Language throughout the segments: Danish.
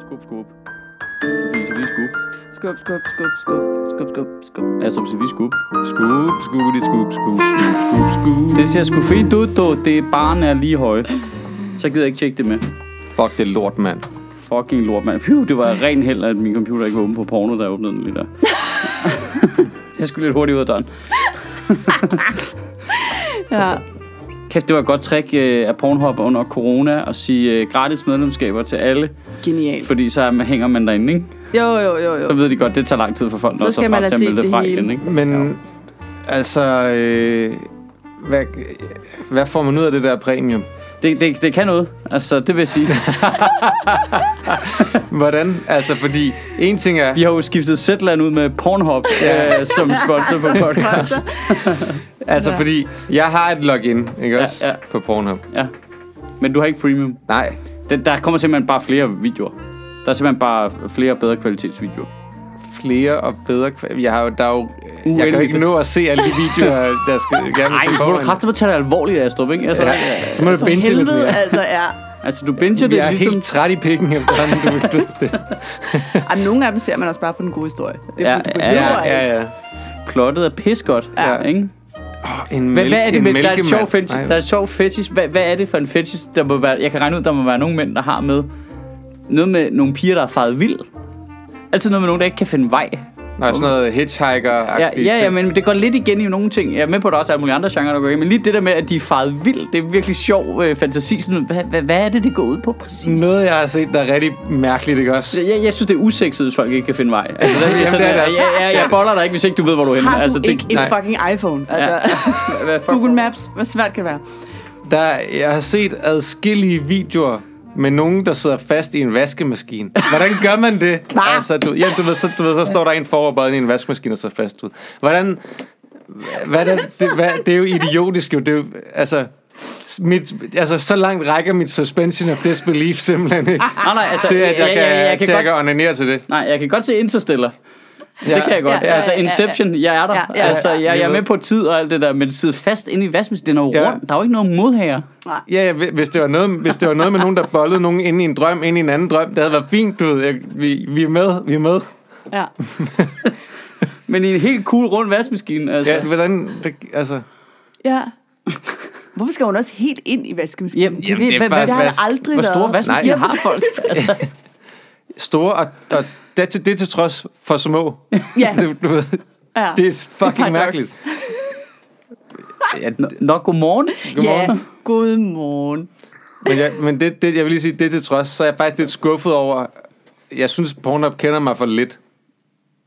skub, skub. Sofie, Sofie, skub. Skub, skub, skub, skub, skub, skub, skub. Astrup, Sofie, skub. Skub, skub, skub, skub, skub, skub, skub. Det ser sgu fint ud, dog. Det barn er lige høje. Så gider jeg ikke tjekke det med. Fuck, det er lort, mand. Fucking lort, mand. Phew, det var ren held, at min computer ikke var åben på porno, da jeg åbnede den lige der. jeg skulle lidt hurtigt ud af døren. Ja. Kæft, det var et godt trick øh, af Pornhub under corona at sige øh, gratis medlemskaber til alle, Genialt. fordi så er- hænger man derinde, ikke? Jo, jo, jo, jo. Så ved de godt, det tager lang tid for folk, Så når skal frem man have til at set melde det fra hele. igen, ikke? Men altså, øh, hvad, hvad får man ud af det der premium? Det, det, det kan noget. Altså, det vil jeg sige. Hvordan? Altså, fordi en ting er... Vi har jo skiftet Zetland ud med Pornhub Ja. øh, som sponsor på podcast. Altså, Ja. fordi jeg har et login, ikke Ja, også? ja. På Pornhub. Ja. Men du har ikke premium. Nej. Den, der kommer simpelthen bare flere videoer. Der er simpelthen bare flere og bedre kvalitetsvideoer. Flere og bedre... kva- Jeg har jo... Der er jo jeg kan jo Uendeligt. ikke nå at se alle de videoer, der skal jeg gerne Nej, se så må du foran. kraftigt tage det alvorligt, Astrup, ikke? Altså, Ja. ja. Så må du For binge lidt helvede, mere. altså, ja. altså du binger det Jeg er ligesom... helt træt i pikken efterhånden, du ved det. Jamen, nogle af dem ser man også bare for den gode historie. Det er Ja, ja, du ja, behøver ja, ja, ja. ja, ja. Plottet er pisgodt, Ja. ja. ikke? Oh, en Hvad, mælk, hvad er det en med, der er et mælkemand. sjov fetish, Nej. der er et sjov fetish. Hvad, hvad er det for en fetish, der må være, jeg kan regne ud, der må være nogle mænd, der har med, noget med nogle piger, der er faret vild. Altid noget med nogen, der ikke kan finde vej. Nej, sådan noget hitchhiker Ja, ja, ja, men det går lidt igen i nogle ting. Jeg er med på, at der også er alle mulige andre genrer, der går igen. Men lige det der med, at de er faret vild, det er virkelig sjov øh, fantasi. Sådan, hvad, hvad, hvad er det, det går ud på præcis? Noget, jeg har set, der er rigtig mærkeligt, ikke også? Jeg, jeg synes, det er usexet, hvis folk ikke kan finde vej. Altså, der, Jamen, Jamen, sådan, det er det jeg, også. jeg, jeg, jeg boller dig ikke, hvis ikke du ved, hvor du er henne. Har du altså, ikke et nej. fucking iPhone? Altså, Ja. Hvad- hvad fuck- Google Maps, hvor svært kan det være? Der, jeg har set adskillige videoer med nogen, der sidder fast i en vaskemaskine. Hvordan gør man det? Altså, du, ja, du ved, så, du ved, så står der en foroverbøjet i en vaskemaskine og så fast ud. Hvordan... Hvad er det, det, hvad, det er jo idiotisk jo. Det er jo, altså, mit, altså, så langt rækker mit suspension of disbelief simpelthen ikke. Nej, nej, altså, Til at jeg kan, jeg, jeg, jeg, til, kan at jeg godt, kan onanere til det. nej, jeg kan godt se Interstellar. Ja. Det kan jeg godt. Ja, Ja, ja, altså ja, ja, Inception, jeg er der. Ja, Ja, ja, ja, ja. altså, jeg, jeg er med på tid og alt det der, men sidde fast inde i vaskemaskinen. Det er noget Ja. ja. rundt. Der er jo ikke noget modhager. Nej. Ja, ja, hvi- hvis det, var noget, hvis det var noget med nogen, der bollede nogen ind i en drøm, ind i en anden drøm, det havde været fint, du ved. Jeg, vi, vi er med, vi er med. Ja. Men i en helt cool rund vaskemaskine. Altså. Ja, Ja. hvordan, det, altså... ja. Hvorfor skal hun også helt ind i vaskemaskinen? Jamen, det, Jamen, Jamen, det er det, hvad, hvad, det har jeg vask- aldrig hvor været. store vaskemaskiner har folk? Altså, store, og, og det, til, det er til trods for små. Ja, Det, du ved, ja. det er fucking paradoks. mærkeligt. Ja, d- Nå, godmorgen. godmorgen. Ja, godmorgen. Men, jeg, men det, det, jeg vil lige sige, det er til trods, så er jeg faktisk lidt skuffet over, jeg synes, Pornhub kender mig for lidt.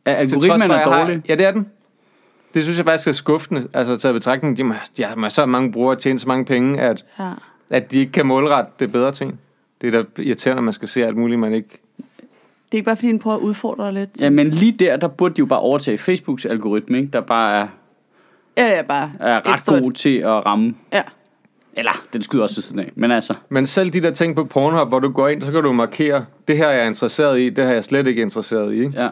Ja, Til trods Algoritmen for, er jeg har- dårlig. Ja, det er den. Det synes jeg faktisk er skuffende, altså taget i betragtning, de må, de har så mange brugere og tjene så mange penge, at, Ja. at de ikke kan målrette det bedre ting. Det er da irriterende, at man skal se alt muligt, man ikke... Det er ikke bare, fordi den prøver at udfordre dig lidt. Ja, men lige der, der burde de jo bare overtage Facebooks algoritme, ikke? der bare er, Ja, ja, bare. er et ret stort- god til at ramme. Ja. Eller, den skyder også ved siden af. Men altså, Men selv de der ting på Pornhub, hvor du går ind, så kan du markere, det her er jeg interesseret i, det her er jeg slet ikke interesseret i. Ikke? ja.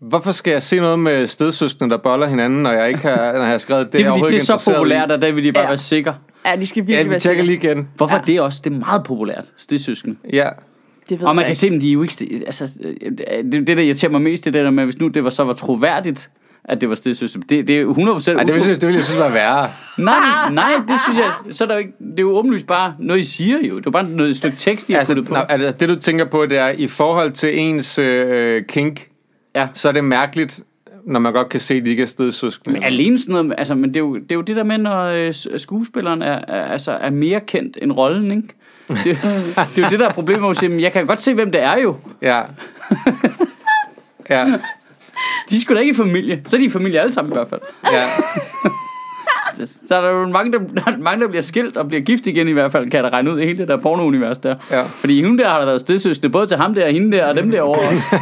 Hvorfor skal jeg se noget med stedsøskende, der boller hinanden, når jeg ikke har, når jeg har skrevet, det, Det er jeg fordi, overhovedet det ikke er så interesseret i? populært, og der vil de bare Ja. være sikre. Ja, de skal virkelig Ja, vi være tjekker sikre. lige igen. Hvorfor Ja. ja. det er også? Det er meget populært, stedsøskende. Ja. Det ved Og man jeg kan ikke. se, men de er jo ikke... sti- Altså, øh, det, det, der irriterer mig mest, det er det der med, hvis nu det var, så var troværdigt, at det var stedsøster. Det, det er jo 100% Ej, det, vil, utro... jeg- det vil jeg synes var værre. Nej, nej, det synes jeg... Så er der jo ikke, det er jo åbenlyst bare noget, I siger jo. Det er bare noget, et stykke tekst, I har Altså, puttet på. nå, altså, det du tænker på, det er, i forhold til ens øh, kink, Ja. så er det mærkeligt, når man godt kan se, at de ikke er stedsøskende. Men alene sådan noget... Altså, men det er jo det, er jo det der med, når øh, s- skuespilleren er, er, altså, er mere kendt end rollen, ikke? Det, det er jo det, der er problemet, hvor man siger, "Men jeg kan godt se, hvem det er jo. Ja. ja. De er sgu da ikke i familie. Så er de i familie alle sammen i hvert fald. Ja. Så er der jo mange der, der er mange, der bliver skilt og bliver gift igen i hvert fald, kan jeg da regne ud i hele det der pornounivers der. Ja. Fordi hun der har der været stedsøskende, både til ham der, hende der og dem derovre Mm. også.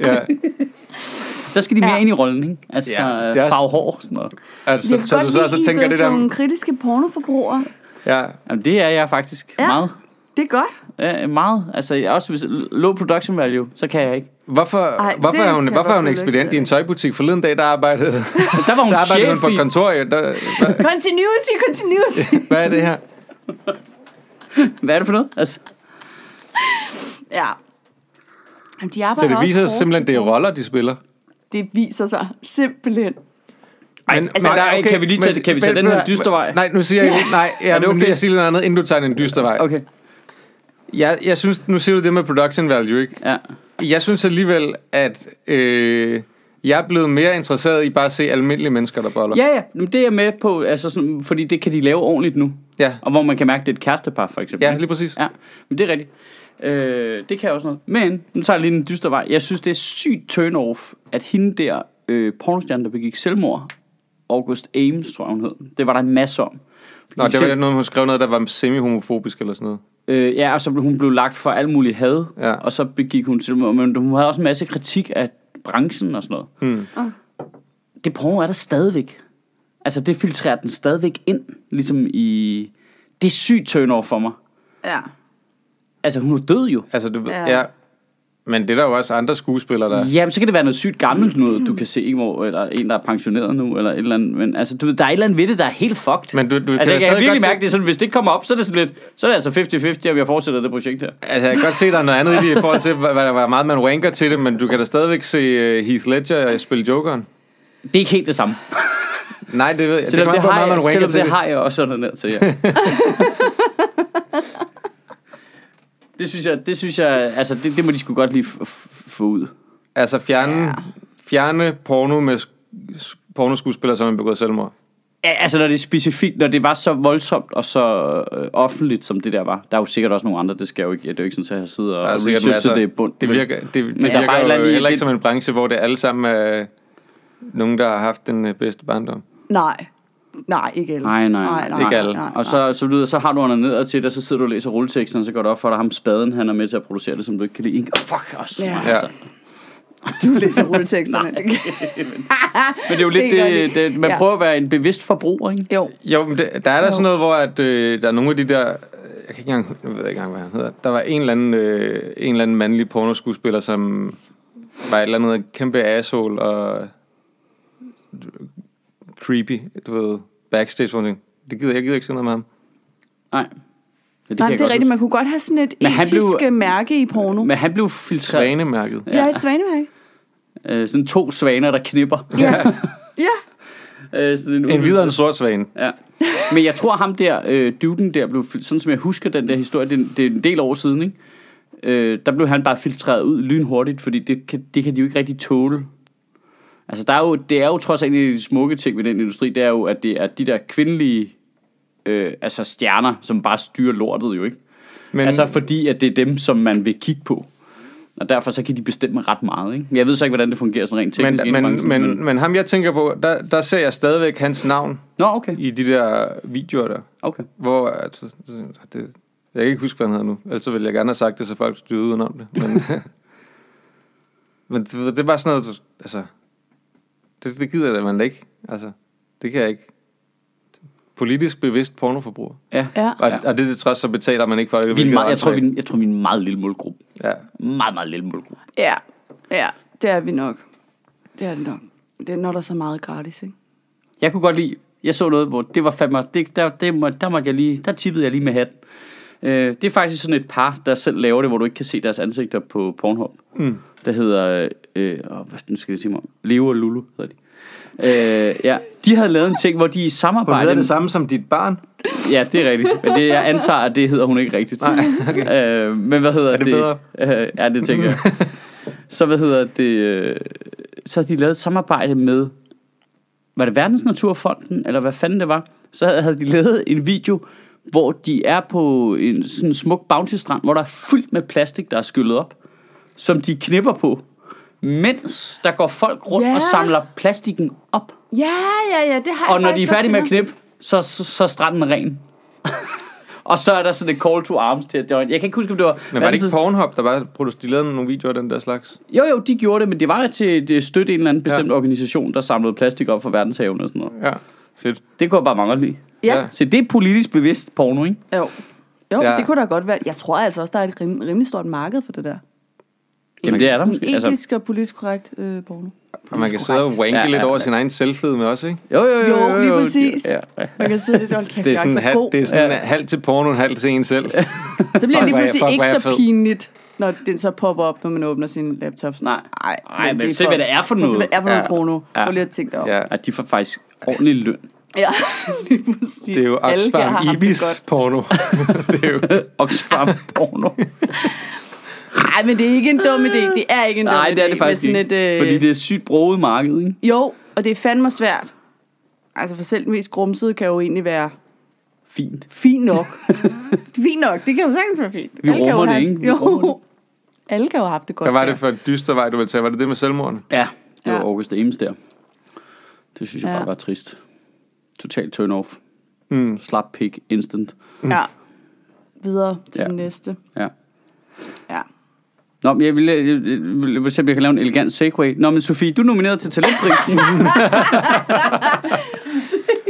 ja. Der skal de mere Ja. ja. ind i rollen, ikke? Altså Ja, ja, det er også- farve hår og sådan noget. Altså, Jeg så, kan så, du godt så lide, også I er tænker blevet det sådan der... nogle kritiske pornoforbrugere. Ja. Jamen, det er jeg faktisk Ja. ja. meget. Det er godt. Ja, meget. Altså, jeg, også hvis low production value, så kan jeg ikke. Hvorfor, Ej, Ej, hvorfor, det er hun, kan hvorfor er jeg hun godt ekspedient forlygte. i en tøjbutik forleden dag, der arbejdede, Der var hun der arbejdede hun chef på i. kontor. jo. Der, der, Continuity, continuity. hvad er det her? Hvad er det for noget? Altså, Ja. Jamen, de arbejder Så det også viser hårdt. simpelthen, det er roller, de spiller. Det viser sig simpelthen. Men, altså, okay, kan vi lige tage- kan vi tage den her dyste vej? Nej, nu siger jeg ikke, nej, ja, er det det okay? okay? jeg siger noget andet, inden du tager en dyster vej. okay. Jeg, jeg synes, nu siger du det med production value, ikke? Ja. Jeg synes alligevel, at øh, jeg er blevet mere interesseret i bare at se almindelige mennesker, der boller. Ja, ja. Jamen, det er jeg med på, altså, sådan, fordi det kan de lave ordentligt nu. Ja, Og hvor man kan mærke, at det er et kærestepar, for eksempel. ja ikke? lige præcis. Ja, men det er rigtigt. Øh, det kan jeg også noget. Men, nu tager jeg lige en dyster vej. Jeg synes, det er sygt turn-off, at hende der, øh, pornostjerne, der begik selvmord, August Ames, tror jeg, hun hed. Det var der en masse om. Nå, det var noget, hun skrev noget, der var semi-homofobisk eller sådan noget. Øh, ja, og så blev hun blev lagt for alt muligt had, Ja. ja. og så begik hun selvmord. Men hun havde også en masse kritik af branchen og sådan noget. Hmm. Ah. Det porno er der stadigvæk. Altså, det filtrerer den stadigvæk ind, ligesom i... Det er sygt turn-off for mig. Ja. Altså, hun er død jo. Altså, du, ja. Ja. ja. Men det er der jo også andre skuespillere, der... Jamen, så kan det være noget sygt gammelt noget, du kan se, ikke? Hvor, eller en, der er pensioneret nu, eller et eller andet. Men altså, du ved, der er et eller andet ved det, der er helt fucked. Men du, altså, du jeg kan stadig virkelig godt mærke, det er sådan, hvis det ikke kommer op, så er det sådan lidt, så er det altså 50-50, om jeg fortsætter det projekt her. Se, altså, jeg kan godt se, der er noget andet i det, i forhold til, hvor, hvor hvor meget man ranker til det, men du kan da stadigvæk se øh, Heath Ledger spille Jokeren. Det er ikke helt det samme. Nej, det ved jeg. Selvom det, kommer an på, hvor har jeg, meget man ranker selvom til det det. har jeg også sådan ned til jer. det synes jeg, det synes jeg, altså det, det må de sgu godt lige f- f- få ud. Altså, fjerne, Ja. fjerne porno med sk- s- pornoskuespillere, som har begået selvmord. Ja, altså når det er specifikt, når det var så voldsomt og så øh, offentligt, som det der var. Der er jo sikkert også nogle andre, det skal jeg jo ikke, det er jo ikke sådan, at jeg sidder og Der er Altså, sikkert researcher masser- det i bund. Det vel? virker, det, det der er virker bare et jo eller andet i- heller ikke det- som en branche, hvor det alle sammen er nogen, der har haft den øh, bedste barndom. Nej. Nej, ikke alle. Nej, nej, nej, nej Ikke alle. Nej, nej. Og så, så, lyder, så har du noget ned til det, og så sidder du og læser rulleteksten, og så går det op for dig, ham spaden, han er med til at producere det, som du ikke kan lide. Ikke? Oh, fuck også. Ja. Altså. Du læser rulleteksterne. Men det er jo lidt, Det er det, det, godt. man Ja. prøver at være en bevidst forbruger, ikke? jo. Jo, men det, der er der Jo. sådan noget, hvor at, øh, der er nogle af de der... øh, Jeg kan ikke engang, jeg ved ikke engang, hvad han hedder. Der var en eller anden, øh, en eller anden mandlig pornoskuespiller, som var et eller andet kæmpe asshole og øh, creepy, du ved, backstage, hvor man tænkte, det gider jeg gider ikke se noget med ham. Nej. Men det, Nej, jeg det er godt rigtigt. Man kunne godt have sådan et Men han etisk blev- blev... mærke i porno. huske. Men han blev filtreret. Svanemærket. Ja, et svanemærke. Øh, sådan to svaner, der knipper. Ja. ja. Øh, sådan en, En videre en sort svane. Ja. Men jeg tror ham der, øh, dyvden der, blev, fil- sådan som jeg husker den der historie, det, er en- det er en del år siden, ikke? Øh, der blev han bare filtreret ud lynhurtigt, fordi det kan, det kan de jo ikke rigtig tåle. Altså, der er jo, det er jo trods alt en af de smukke ting ved den industri, det er jo, at det er de der kvindelige øh, altså stjerner, som bare styrer lortet jo, ikke? Men, Altså fordi, at det er dem, som man vil kigge på. Og derfor så kan de bestemme ret meget, ikke? Jeg ved så ikke, hvordan det fungerer sådan rent teknisk. men, inde i men, branchen, men, men ham, jeg tænker på, der, der ser jeg stadigvæk hans navn Nå, okay. i de der videoer der. okay. Hvor, at, det, jeg kan ikke huske, hvad han hedder nu. Ellers så ville jeg gerne have sagt det, så folk styrede udenom det. Men, men det, det er bare sådan noget, altså... Det, det gider det, man da ikke. Altså, det kan jeg ikke. Politisk bevidst pornoforbruger. Ja. ja. Og, Ja. og det er det trods, så betaler man ikke for det. Vi er en hvilket er meget, jeg, tror, vi, er åndssvagt. en- jeg tror, vi er en meget lille målgruppe. Ja. Meget, meget lille målgruppe. Ja. Ja, det er vi nok. Det er det nok. Det er når der er så meget gratis, ikke? Jeg kunne godt lide, jeg så noget, hvor det var fandme, det, der, det må, der, måtte jeg lige, der tippede jeg lige med hatten. Øh, det er faktisk sådan et par, der selv laver det, hvor du ikke kan se deres ansigter på Pornhub. Mm. Der hedder, øh, åh, hvad- nu skal jeg sige mig, om. Leo og Lulu hedder de. Øh, ja, de havde lavet en ting, hvor de i Hun samarbejde... hedder det samme som dit barn. Ja, det er rigtigt. Men det, jeg antager, at det hedder hun ikke rigtigt. Nej, okay. øh, men hvad hedder det bedre? Øh, ja, det tænker jeg. Så hvad hedder det? Øh, så har de lavet et samarbejde med, var det Verdensnaturfonden, eller hvad fanden det var? Så havde, havde de lavet en video, hvor de er på en sådan smuk bounty-strand, hvor der er fyldt med plastik, der er skyllet op, som de knipper på, mens der går folk rundt Ja. og samler plastikken op. Ja, ja, ja, det har jeg Og når de er faktisk færdige med at godt set. knippe, så, så, så er stranden ren. og så er der sådan et call to arms til, at det var, jeg kan ikke huske, om det var... Men var det ikke verdens- Pornhub, der bare producerede nogle videoer af den der slags? Jo, jo, de gjorde det, men det var til det støtte en eller anden bestemt Ja. ja. organisation, der samlede plastik op fra verdenshaven og sådan noget. Ja, fedt. Det kunne jeg bare mangle lige. Ja. Ja, Så det er politisk bevidst porno, ikke? jo. Jo, Ja. ja. det kunne da godt være. Jeg tror altså også, der er et rim- rimelig stort marked for det der. Jamen, det er der Sådan måske. Altså, etisk og politisk korrekt øh, porno. Og man kan sidde og wanke Ja, ja, lidt ja, over ja. sin egen selvfed med også, ikke? Jo, jo, jo. Jo, lige jo. præcis. Ja, ja. Man kan sidde lidt, hold kæft, Det er jeg sådan, så halv, god. det er sådan Ja. ja. halv til porno, en halv til en selv. Så bliver det Fuck, hvor lige er- pludselig fuck, ikke hvor er jeg så fed. pinligt, når den så popper op, når man åbner sin laptop. Sådan, Nej. nej. Ej, men se, hvad det er for prøv at noget. Se, hvad det er for noget Ja. porno. Ja. Prøv lige at tænke dig om. Ja, Ja. Ja, de får faktisk ordentlig løn. lige præcis. Det er jo Alle her har Oxfam haft det Ibis godt. porno. det er jo... Øh, Oxfam porno. Nej, men det er ikke en dum idé. Det er ikke en dum idé. Nej, det er det med faktisk sådan ikke. Et, øh, Fordi det er sygt broet marked, ikke? Jo, og det er fandme svært. Altså for selv den mest grumsede kan jo egentlig være Fint. fint nok. fint nok, det kan jo sagtens være fint. Vi kan jo rummer det, have- ikke? Vi rummer det. Jo, alle kan jo have haft det godt. Hvad var det der. for en dyster vej, du ville tage? Var det det med selvmordene? Ja, det var Ja. August Ames der. Det synes jeg Ja. bare var trist. Total turn off. Mm. Slap pik instant. Ja. Videre til Ja. ja. den næste. Ja. Ja. Nå, men jeg ville, jeg, jeg, jeg, jeg, jeg kan lave en elegant segue. Nå, men Sofie, du er nomineret til talentprisen.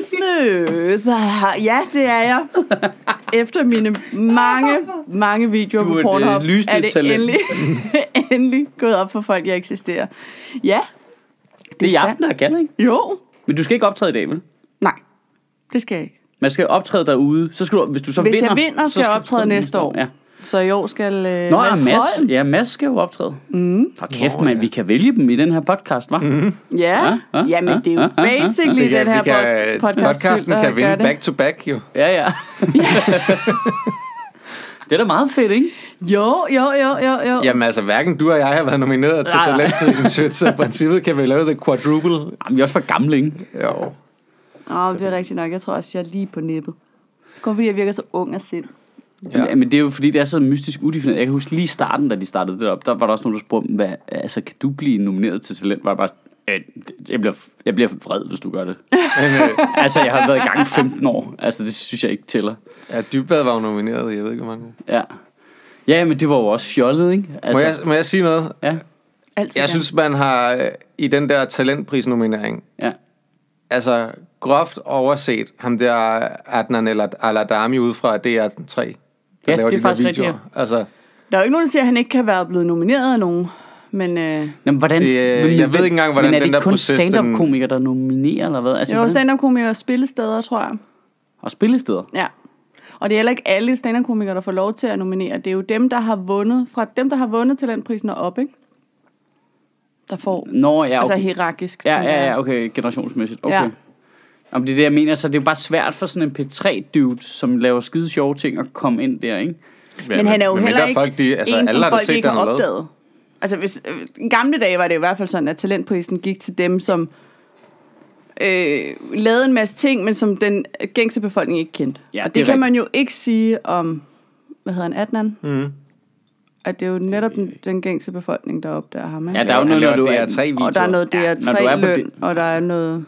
Smooth. Ja, det er jeg. Efter mine mange, mange videoer Du er på et, Pornhub, øh, lysende er det talent. endelig, endelig gået op for folk, jeg eksisterer. Ja, det er i sandt. aften, der kan, ikke? jo. Men du skal ikke optræde i dag, vel? Nej, det skal jeg ikke. Man skal optræde derude. Så skal du, hvis du så Hvis vinder, jeg vinder, så skal jeg optræde næste år. Ja. Så i år skal øh, Nå, Mads Mads, Mads, Holm. ja, Mads skal jo optræde. Mm. Og kæft, Nå, mand, ja. vi kan vælge dem i den her podcast, var? Mm. Ja, Ja, ja, ja, men ja, det er jo ja, ja, ja. basically Vi kan- den her vi kan- podcast. podcasten der kan gør vinde det. back to back, jo. Ja, ja. det er da meget fedt, ikke? Jo, jo, jo, jo, jo. Jamen altså, hverken du og jeg har været nomineret til Nej, nej. talentprisen, synes, så i princippet kan vi lave det quadruple. Jamen, vi er også for gamle, ikke? Jo. Åh, det er rigtigt nok. Jeg tror også, jeg er lige på nippet. Kun fordi jeg virker så ung af sind. Ja. Ja. Men, men det er jo fordi, det er så mystisk udefineret. Jeg kan huske lige i starten, da de startede det op, der var der også nogen, der spurgte, hvad, altså, kan du blive nomineret til talent? Var jeg bare sådan, "Øh, det- jeg bliver, jeg bliver vred, hvis du gør det. Men, øh, altså, jeg har været i gang i 15 år. Altså, det synes jeg ikke tæller. ja, Dybvad var jo nomineret, i, jeg ved ikke, hvor mange. Ja. Ja, men det var jo også fjollet, ikke? Må, Altså, jeg, må jeg sige noget? Ja, Altid Jeg gerne. synes, man har øh, i den der talentprisnominering, ja. altså groft overset ham der Adnan eller Aladami ud fra DR3. Der Ja, laver det er de der faktisk rigtigt, videoer. Altså, Der er jo ikke nogen, der siger, at han ikke kan være blevet nomineret af nogen. Men øh, Jamen, hvordan, Det, øh, jeg ved ikke engang, hvordan men er det den der kun proces, den- stand-up-komikere, der nominerer, eller hvad? Altså, jeg er jo hvordan, stand-up-komiker og spillesteder, tror jeg. og spillesteder. Ja. Og det er heller ikke alle stand-up-komikere, der får lov til at nominere. Det er jo dem, der har vundet, fra dem, der har vundet talentprisen og op, ikke? Der får, Nå, ja, okay. altså hierarkisk. Ja, tænker ja, jeg. ja, okay, generationsmæssigt. Okay. Ja. Ja. Jamen, det er det, jeg mener, så det er jo bare svært for sådan en P3-dude, som laver skide sjove ting, at komme ind der, ikke? Men han er jo heller ikke folk, de, altså, en, alle som har da folk set, ikke der har har lavet. opdaget. Altså, hvis, øh, i gamle dage var det i hvert fald sådan, at talentprisen gik til dem, som øh, lavede en masse ting, men som den gængse befolkning ikke kendte. Ja, Ja, og det det, er det rigtigt. kan man jo ikke sige om, hvad hedder han, Adnan? Mm. Mm-hmm. At det er jo netop den, den gængse befolkning, der opdager ham, ikke? Ja, Ja, der er jo Han noget, når du er... laver DR3-videoer. og der er noget Ja, når du er på det- DR3-løn, og der er noget...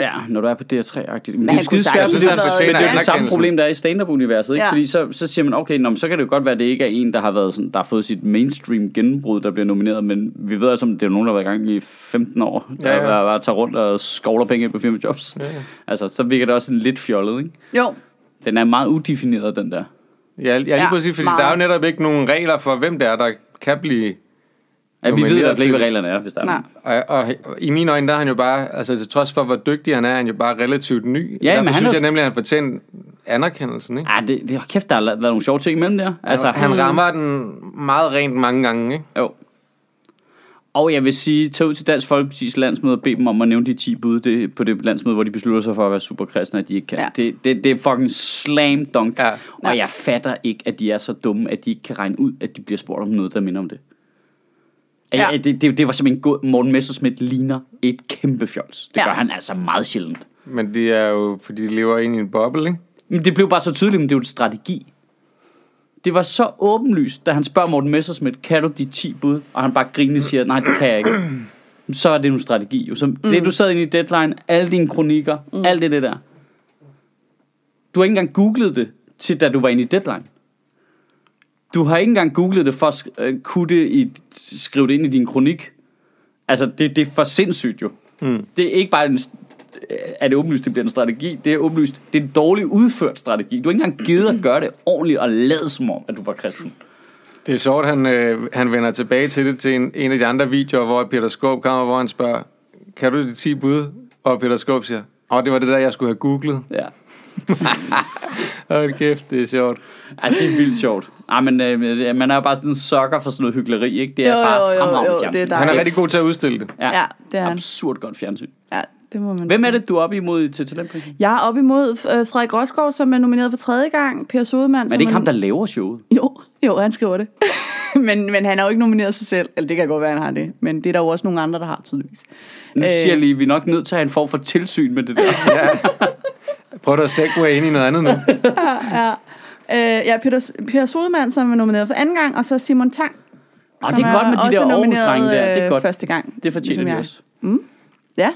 Ja, når du er på DR3-agtigt. Men, han det er kunne skide sagtens svært, men det er jo- have været- men det er jo Ja. det samme problem, der er i stand-up-universet, ikke? Ja. Fordi så, så siger man, okay, nå, men så kan det jo godt være, at det ikke er en, der har, været sådan, der har fået sit mainstream gennembrud, der bliver nomineret, men vi ved altså, at det er jo nogen, der har været i gang i 15 år, der Ja, ja, ja. ja. bare tager rundt og skovler penge ind på firmajobs. Ja, ja. Altså, så virker det også sådan lidt fjollet, ikke? Jo, Den er meget udefineret, den der. Ja, ja, lige Ja, ja, præcis, fordi meget. der er jo netop ikke nogen regler for, hvem det er, der kan blive... Ja, vi ved i nomineret hvert fald til ikke, hvad det. reglerne er, hvis der er nej. nogen. Og, og, og i mine øjne, der er han jo bare, altså til trods for, hvor dygtig han er, er han jo bare relativt Ja, ny. Ja, men Derfor han han er- synes jeg nemlig, at han fortjener anerkendelsen, ikke? Ah, det, det, kæft, der har la- været nogle sjove ting imellem der. Altså, Altså, han rammer den meget rent mange gange, ikke? Jo. Og jeg vil sige, tag ud til Dansk Folkepartis landsmøde og bed dem om at nævne de 10 bud det, på det landsmøde, hvor de beslutter sig for at være superkristne, at de ikke kan. Ja. Ja. Det, det, det er fucking slam dunk. Ja. Og jeg fatter ikke, at de er så dumme, at de ikke kan regne ud, at de bliver spurgt om noget, der minder om det. Ja. Ja. Ja, det, det, det var simpelthen god. Morten Messerschmidt ligner et kæmpe fjols. Det ja. Ja. gør han altså meget sjældent. Men det er jo, fordi de lever ind i en boble, ikke? Men det blev bare så tydeligt, men det er jo en strategi. Det var så åbenlyst, da han spørger Morten Messerschmidt, kan du de 10 bud? Og han bare grinende siger, nej, det kan jeg ikke. Så er det jo en strategi. Jo. Så det, du sad inde i deadline, alle dine kronikker, mm. alt det, det der. Du har ikke engang googlet det, til da du var inde i deadline. Du har ikke engang googlet det for at sk- øh, kunne det i, skrive det ind i din kronik. Altså, det, det er for sindssygt jo. Mm. Det er ikke bare en, er det åbenlyst, det bliver en strategi. Det er åbenlyst, det er en dårlig udført strategi. Du har ikke engang givet at gøre det ordentligt og lade som om, at du var kristen. Det er sjovt, han, øh, han vender tilbage til det til en, en af de andre videoer, hvor Peter Skåb kommer, hvor han spørger, kan du de 10 bud? Og Peter Skåb siger, åh, det var det der, jeg skulle have googlet. Ja. Hold kæft, det er sjovt. Ej, det er vildt sjovt. Ej, men øh, man er jo bare sådan en sokker for sådan noget hyggeleri, ikke? Det er Jo, bare jo, jo, fremragende jo, fjernsyn. det er Han er dejligt. rigtig god til at udstille det. Ja, Ja, det er han. absurd godt fjernsyn. Ja, det må man Hvem er sige. det, du er oppe imod til talentprisen? Jeg er op imod øh, Frederik Rosgaard, som er nomineret for tredje gang. Per Sodemann. Men er det ikke ham, der laver showet? Jo, jo, han skriver det. men, men han har jo ikke nomineret sig selv. Eller det kan godt være, han har det. Men det er der jo også nogle andre, der har, tydeligvis. Nu Øh. siger jeg lige, vi er nok nødt til at have en form for tilsyn med det der. Ja. Prøv da at segway ind i noget andet nu. Øh, ja, Peter, Peter Sodemann, som er nomineret for anden gang. Og så Simon Tang, Og det er godt med de der Aarhus-drenge der. Det er godt. øh, første gang. Det fortjener ligesom de jeg. også. Ja,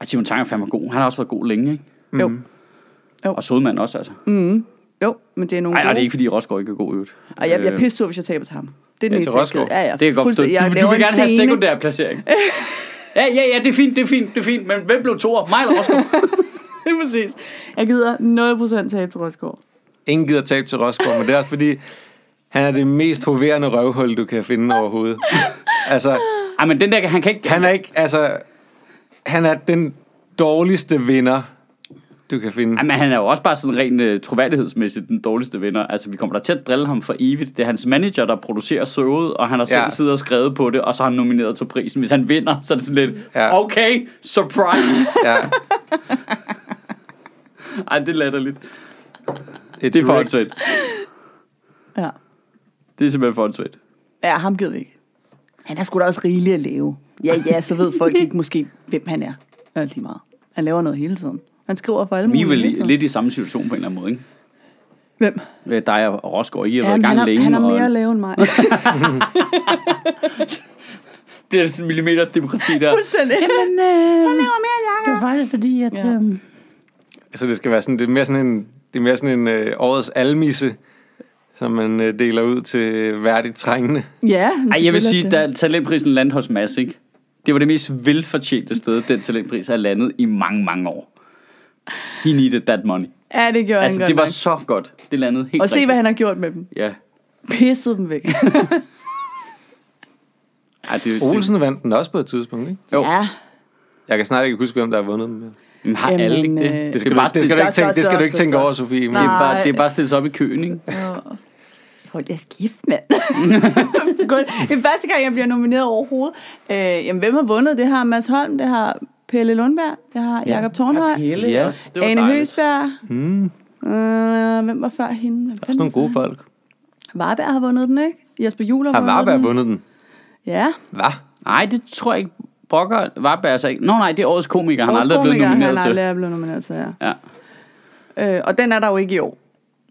Og Simon Tang er fandme god. Han har også været god længe, ikke? jo. Og Sodman også, altså. Mm. Jo, men det er nogle Nej, nej, gode. det er ikke, fordi Rosgaard ikke er god i øvrigt. Og jeg bliver Øh, pissur, hvis jeg taber til ham. Det er den Ja, eneste, til jeg er ked- Rosgaard. Ja, ja. Det kan jeg godt forstå. fuldstændig. Du, Jeg du vil laver en gerne have scene. sekundær placering. Ja, ja, ja, det er fint, det er fint, det er fint. Men hvem blev toer? Mig eller Rosgaard? Det er præcis. Jeg gider 0% tabe til Rosgaard. Ingen gider tabe til Rosgaard, men det er også fordi, han er det mest hoverende røvhul, du kan finde overhovedet. Altså, Ej, men den der, han kan ikke... han er ikke, altså, han er den dårligste vinder, du kan finde. Ej, men han er jo også bare sådan rent uh, troværdighedsmæssigt den dårligste vinder. Altså, vi kommer da til at drille ham for evigt. Det er hans manager, der producerer showet, og han har selv Ja. siddet og skrevet på det, og så har han nomineret til prisen. Hvis han vinder, så er det sådan lidt, Ja. okay, surprise. Ja, Ej, det er latterligt. it's Det er for rigged. åndssvagt. Ja. Det er simpelthen for åndssvagt. ja, ham gider vi ikke. Han er sgu da også rigelig at lave. Ja, ja, så ved folk ikke måske, hvem han er. Ja, lige meget. Han laver noget hele tiden. Han skriver for alle Vi er mulige vel hele i- tiden. lidt i samme situation på en eller anden måde, ikke? Hvem? Øh, Dig og Rosgaard, I har været i men gang han, er, længe. han er mere at og lave end mig. bliver det sådan en millimeter demokrati der. Fuldstændig. Men, øh, Han laver mere end jeg det gør. er faktisk fordi, at... Ja. øhm, Så det skal være sådan, det er mere sådan en, det er mere sådan en øh, årets almisse, som man øh, deler ud til øh, værdigt trængende. Ja, men Ej, jeg vil sige, selvfølgelig er det. da talentprisen landte hos Mads, ikke? Det var det mest velfortjente sted, den talentpris er landet i mange, mange år. He needed that money. Ja, det gjorde Altså, han det godt var nok. så godt. Det landede helt Og se, rigtigt. hvad han har gjort med dem. Ja. Pisset dem væk. Ej, det, det, Olsen vandt den også på et tidspunkt, ikke? Jo. Ja. Jeg kan snart ikke huske, hvem der har vundet den. men- men har alle Jamen, ikke det? øh, Det, skal Det skal, det, du, bare ikke- det stille, det skal, du, er ikke tænke, det skal du ikke tænke over, Sofie. Men Nej. bare, det er bare at stille sig op i køen, ikke? Åh. Hold jeres kæft, mand. Godt. det er første gang, jeg bliver nomineret overhovedet. Øh, jamen, hvem har vundet? Det har Mads Holm, det har Pelle Lundberg, det har Jakob Tornhøj, Hele, Ja. yes, det var Ane dejligt. Høsberg. Mm, Øh, hvem var før hende? Hvem også fanden? nogle gode folk. Varberg har vundet den, ikke? Jesper Juhl har, Har vundet Varberg den. vundet den? Ja. Hvad? Nej, det tror jeg ikke. Brokker Varberg altså ikke. Nå nej, det er årets komiker, han Årets aldrig er blevet komiker, nomineret han til. aldrig er blevet nomineret til, ja. Ja. Øh, og den er der jo ikke i år.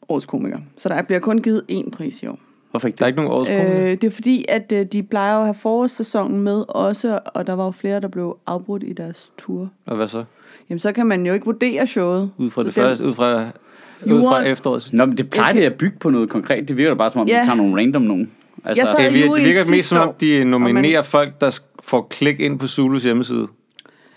Årets komiker. Så der bliver kun givet én pris i år. Hvorfor ikke Der er det? ikke nogen årets øh, Øh, det er fordi, at øh, de plejer jo at have forårssæsonen med også, og der var jo flere, der blev afbrudt i deres tur. Og hvad så? Jamen, så kan man jo ikke vurdere showet. Ud fra så det første, ud fra, ud fra Jorden- efteråret. Nå, men det plejer det at bygge på noget konkret. Det virker da bare som om, vi Ja. tager nogle random nogen. Altså, Jeg sad- Det, vir- juryen det virker mest sidste som om, år, de nominerer og folk, der sk- får klik ind på Zulus hjemmeside.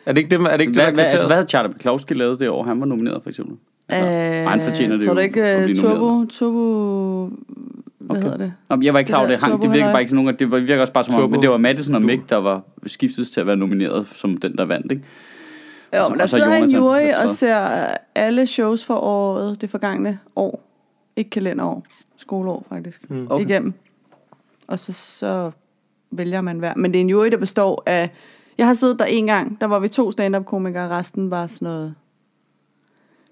Er det ikke det, er det, ikke det Hvad, der hvad, er altså, kriteriet? hvad havde Charlie Bukowski lavet det år, han var nomineret for eksempel? Altså, Øh, og han fortjener det jo tror du ikke, at øh, blive Turbo, nomineret. Turbo... Hvad Okay. hedder det? Nå, men jeg var ikke klar over Det det, der hang. Det Turbo, virker han bare er. ikke som nogen, det var- virker også bare som om, Turbo. men det var Madison og Du. Mick, der var skiftet til at være nomineret som den, der vandt, ikke? Jo, men der Altså, og så sidder en Jonathan, jury jeg tror. og ser øh, alle shows for året, det forgangne år. Ikke kalenderår, skoleår faktisk, mm. Okay. okay. igennem. Og så, så vælger man hver. Men det er en jury, der består af... Jeg har siddet der en gang, der var vi to stand-up-komikere, resten var sådan noget...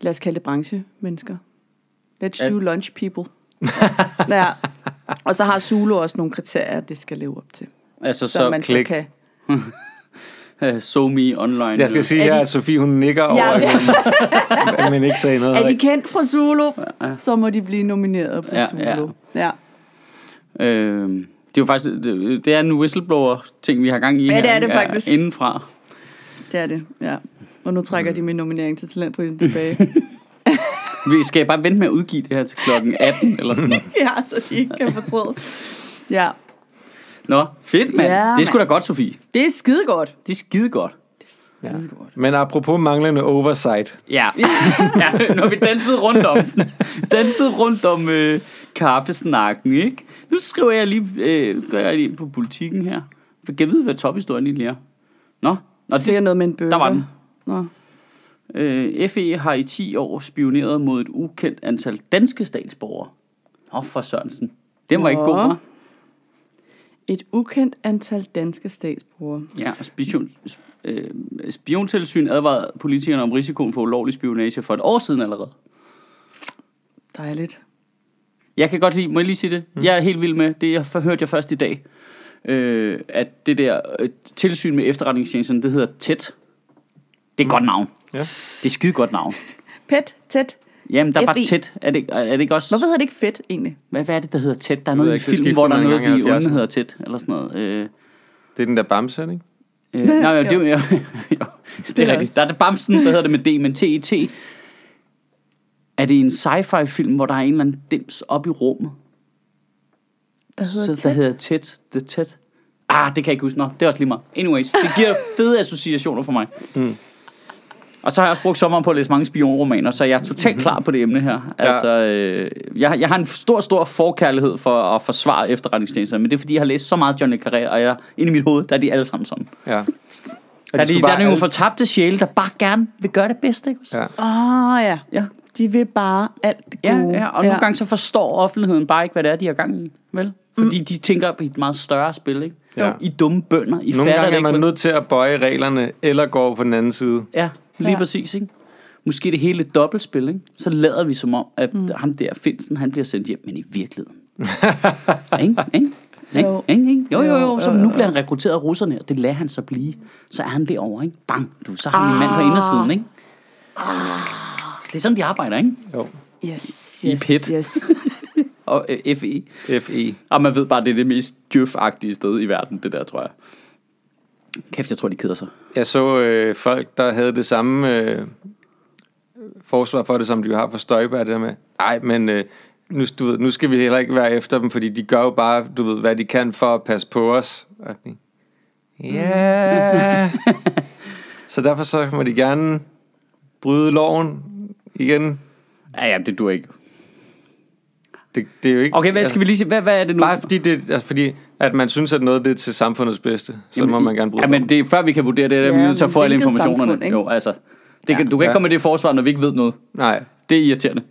Lad os kalde det branchemennesker. Let's Al- do lunch people. ja. Og så har Zulu også nogle kriterier, det skal leve op til. Altså Så, så man så, så klik. kan... uh, so me online. Jeg skal øh, sige Er her, de- at Sofie hun nikker over, Ja, at det- hun- at man ikke sagde noget. Er de rigtigt. kendt fra Zulu, så må de blive nomineret på Ja, Zulu. Ja. ja. øh, det er jo faktisk, det, det er en whistleblower-ting, vi har gang i Ja, her, det er ikke? det faktisk. Indenfra. Det er det, ja. Og nu trækker de min nominering til talentprisen tilbage. Vi skal bare vente med at udgive det her til klokken 18 eller sådan noget. ja, så de ikke kan fortryde. Ja, Nå, fedt mand. Ja, det er sgu da mand. godt, Sofie. det er skide godt. Det er skide godt. Ja. Men apropos manglende oversight. Ja. ja, når vi dansede rundt om den. Dansede rundt om øh, kaffesnakken, ikke? Nu skriver jeg lige, øh, gør jeg lige på politikken her. For jeg ved, hvad tophistorien egentlig er. Nå, Nå Det er noget med en bøger. der var den. Nå. Øh, FE har i 10 år spioneret mod et ukendt antal danske statsborgere. Nå, for Sørensen. Det var ikke Nå. god, hva'? Et ukendt antal danske statsbrugere. Ja, og spion, sp- øh, spiontilsyn advarede politikerne om risikoen for ulovlig spionage for et år siden allerede. Dejligt. Jeg kan godt lide, må jeg lige sige det? Mm. Jeg er helt vild med, det jeg for- hørte jeg først i dag, øh, at det der øh, tilsyn med efterretningstjenesterne, det hedder TET. Det er et godt navn. Mm. Ja. Det er et skide godt navn. Pet, tæt. Jamen, der er bare FE. TET. Er det, ikke- er det ikke også... Hvorfor hedder det ikke fedt egentlig? Hvad, hvad er det, der hedder tæt? Der er ved noget i jeg ikke, det film, hvor der er skiftede noget, mange gange i vi onde 70'erne. hedder tæt, eller sådan noget. Øh, Det er den der bamse, ikke? øh, nej, jo, det, er jo, jo, det er er rigtigt. Der er det Bamsen, der hedder det med D, men TET. Er det en sci-fi film, hvor der er en eller anden dims op i rummet? Der hedder Så der tæt. hedder tæt. Det tæt. Ah, det kan jeg ikke huske. Nå, det er også lige meget. Anyways, det giver fede associationer for mig. Mm. Og så har jeg også brugt sommeren på at læse mange spionromaner, så jeg er totalt klar på det emne her. Mhm. Ja. Altså, øh, jeg, jeg har en stor, stor forkærlighed for at forsvare efterretningstjenesterne, men det er fordi, jeg har læst så meget Johnny Carrera, og jeg, inde i mit hoved, der er de alle sammen sådan. Ja. Og Der er, skulle de, der bare er nogle alt- fortabte sjæle, der bare gerne vil gøre det bedste, ikke? Ja. Åh oh, ja. Ja. De vil bare alt det Ja, gode. ja, og nogle gange så forstår offentligheden bare ikke, hvad det er, de har gang i, vel? Fordi mm. de tænker på et meget større spil, ikke? Ja. I dumme bønder, I Nogle fatter gange det er ikke, man vel? nødt til at bøje reglerne, eller gå over på den anden side. Ja, lige ja. Ja. præcis, ikke? Måske er det hele et dobbeltspil, ikke? Så lader vi som om, at mm. ham der Finsen, han bliver sendt hjem, men i virkeligheden. ikke? Ikke? Ikke? Jo. Ikke? Ikke? Jo, jo, jo, Jo, så jo, nu jo. bliver han rekrutteret af russerne, og det lader han så blive. Så er han derovre, ikke? Bang, du, så har han en mand på indersiden, ikke? Det er sådan, de arbejder, ikke? Jo. Yes, I yes, pet. yes. Og øh, FE. FE. Og man ved bare, det er det mest djøf-agtige sted i verden, det der, tror jeg. Kæft, jeg tror, de keder sig. Jeg så øh, folk, der havde det samme øh, forsvar for det, som de jo har for Støjberg, det der med, nej, men øh, nu, du ved, nu skal vi heller ikke være efter dem, fordi de gør jo bare, du ved, hvad de kan for at passe på os. Og de- Ja. Yeah. så derfor så må de gerne bryde loven igen. Ja, ja, det dur ikke. Det, det er jo ikke... Okay, hvad skal vi lige se? Hvad, hvad er det nu? Bare fordi, det, altså fordi, at man synes, at noget det er til samfundets bedste, så Jamen, må man gerne bruge Ja, men det er før vi kan vurdere det, er vi Ja, nødt til at men få alle hvilket informationerne. samfund, ikke? jo, altså. Det kan, du kan ikke Ja. komme med det forsvar, når vi ikke ved noget. Nej, Det er irriterende.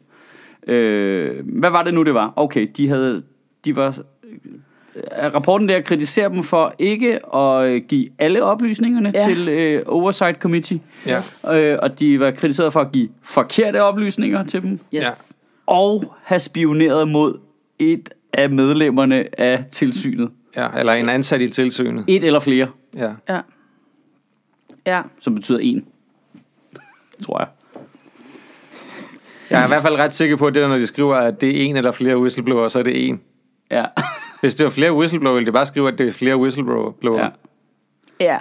Øh, hvad var det nu, det var? Okay, de havde... De var, øh, rapporten der kritiserer dem for ikke at øh, give alle oplysningerne ja. Ja. til øh, Oversight Committee. ja. Yes. Øh, og de var kritiseret for at give forkerte oplysninger til dem. Ja. Yes. Og have spioneret mod et af medlemmerne af tilsynet. ja. Eller en ansat i tilsynet. Et eller flere, Ja. Ja. Ja. som betyder en. Tror jeg. Jeg er i hvert fald ret sikker på, at det der, når de skriver, at det er en eller flere whistleblower, så er det en. Ja. Hvis det var flere whistleblower, ville de bare skrive, at det er flere whistleblower. Ja. Ja. Ja.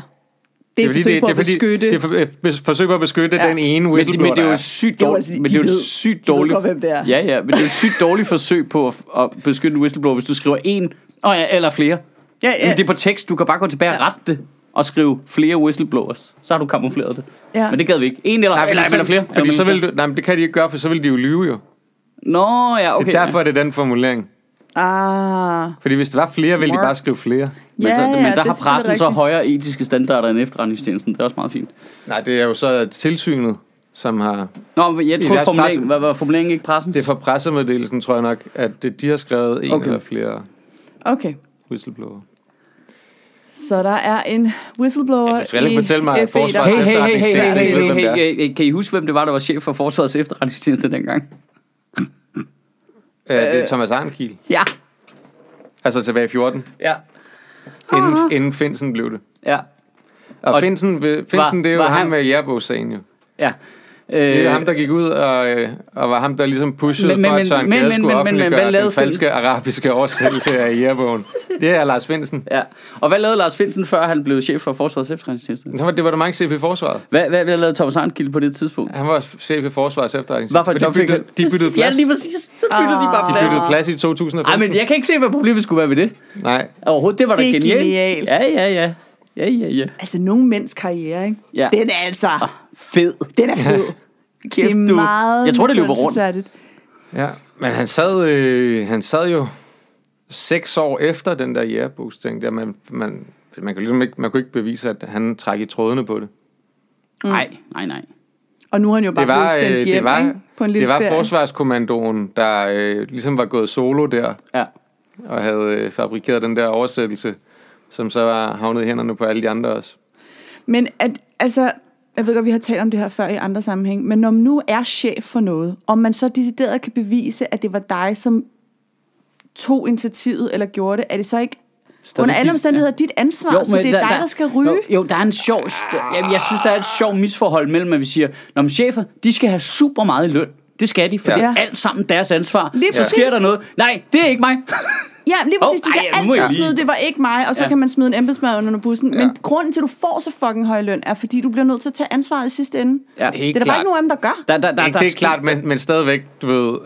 Det er et forsøg på at beskytte. Det er for, et bes- forsøg på at beskytte ja. Ja. den ene Men, det, whistleblower, men det er jo der sygt Det er jo dårligt. altså- Men de det er jo ved- sygt de ved dårligt. godt, hvem det er. Ja, ja, men det er jo et sygt dårligt forsøg på at, at beskytte en whistleblower, hvis du skriver en og ja, eller flere. Ja, Men ja. det er på tekst, du kan bare gå tilbage og rette det og skrive flere whistleblowers. Så har du kamufleret det. Ja. Men det gad vi ikke. En eller, Nej, nej, fordi eller, så- eller flere. Fordi eller så flere. vil du, nej, men det kan de ikke gøre, for så vil de jo lyve jo. Nå, ja, okay. Okay, ja. Derfor er det den formulering. Ah. Fordi hvis der var flere, ville de Smart. bare skrive flere. Men, så, Ja, ja, men der det er har selvfølgelig pressen så rigtigt. højere etiske standarder end efterretningstjenesten. Det er også meget fint. Nej, det er jo så tilsynet, som har... Nå, men jeg I tror deres formuleringen, presse- hvad var formuleringen ikke pressens? Det er fra pressemeddelelsen, tror jeg nok, at det, de har skrevet en Okay. okay. eller flere Okay. whistleblower. Så der er en whistleblower Ja, du skal heller ikke i fortælle mig, at FE, forsvaret- der- Hey, hey, hey, hey, hey, hey, Efterretningstjeneste, hey, hvem hey, det er. hey, hey, kan I huske, hvem det var, der var chef for Forsvarets efterretningstjeneste dengang? Øh, det er Thomas Arnkiel. Ja, Altså tilbage i 14. ja, Inden, inden Finsen blev det. ja. Og, Og og Finsen, vil- Finsen var- det er jo var ham han- med jærbogsagen jo. Ja. Det er jo Øh, ham, der gik ud og, øh, og var ham, der ligesom pushede Men- men, men- for, men- at Søren men- Gade men- skulle men- men- men hvad offentliggøre lavede den falske arabiske oversættelse af jærbogen. Det er Lars Finsen. ja. Og hvad lavede Lars Finsen, før han blev chef for Forsvarets efterretningstjeneste? Han var departementchef i forsvaret. Hvad, hvad, hvad lavede Thomas Arnkilde på det tidspunkt? Han var chef i forsvarets efterretningstjeneste. Hvorfor de byttede, de byttede Ja, plads. lige præcis. Så byttede de bare Ah. De plads. byttede plads i Ej, 2015. men jeg kan ikke se, hvad problemet skulle være ved det. Nej, Overhovedet, det var da Det er genialt. genialt. Ja, ja, ja. Ja, ja, ja. Altså, nogle mænds karriere, ikke? Ja. Den er altså... Fed. Den er fed. Ah. Kæft, det er du. meget Jeg tror, det løber rundt. misundelsesværdigt. Ja, men han sad, øh, han sad jo seks år efter den der jægerboost ting der. Man, man, man, kunne ligesom ikke, man kunne ikke bevise, at han træk i trådene på det. Mm. Nej, nej, nej. Og nu er han jo bare Det var, blevet øh, sendt hjem, det var, ikke? På en lille det var ferie. forsvarskommandoen, der øh, ligesom var gået solo der, Ja. og havde øh, fabrikeret den der oversættelse, som så var havnet i hænderne på alle de andre også. Men at, altså, jeg ved godt, vi har talt om det her før i andre sammenhæng, men når man nu er chef for noget, om man så decideret kan bevise, at det var dig, som tog initiativet eller gjorde det, er det så ikke Stadig under alle dit- omstændigheder dit ansvar, Jo, jo, så men det er dig, der, skal ryge? Jo, jo, der er en sjov... Jeg, jeg synes, der er et sjov misforhold mellem, at vi siger, når men chefer, de skal have super meget i løn. Det skal de, for det Ja. er alt sammen deres ansvar. Lige så sker præcis. der noget. Nej, det er ikke mig. Ja, lige præcis, Åh, oh, de ej, kan ja, nu må jeg altid lige- smide, det var ikke mig, og så Ja. ja. kan man smide en embedsmand under bussen. Ja. Ja. Men grunden til, at du får så fucking høj løn, er fordi du bliver nødt til at tage ansvaret i sidste ende. Ja. Ja. Helt Det er der bare klart. ikke nogen af dem, der gør. Der, der, der, Ikke, der, det er klart, men, men stadigvæk, du ved...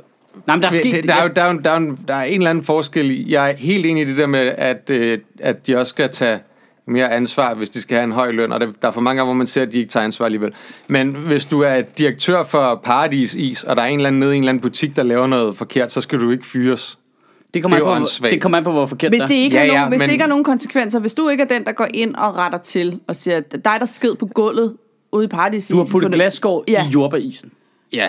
Nej, men der er Det, sket... det, altså. der, er jo, der, er jo, der, er jo, der er en eller anden forskel i... Jeg er helt enig i det der med, at, øh, at de også skal tage mere ansvar, hvis de skal have en høj løn, og der, der er for mange gange, hvor man ser, at de ikke tager ansvar alligevel. Men hvis du er direktør for Paradis Is, og der er en eller anden nede i en eller anden butik, der laver noget forkert, så skal du ikke fyres. altså, det kommer an det er på, jo hvor- åndssvagt. det kommer an på, hvor forkert Hvis der- det ikke, Ja, ja, har nogen, ja, hvis men- det ikke har nogen konsekvenser, hvis du ikke er den, der går ind og retter til og siger, dig der sked på gulvet ude i paradisisen. Du har puttet glasskår ja. i Ja. jordbærisen. Ja.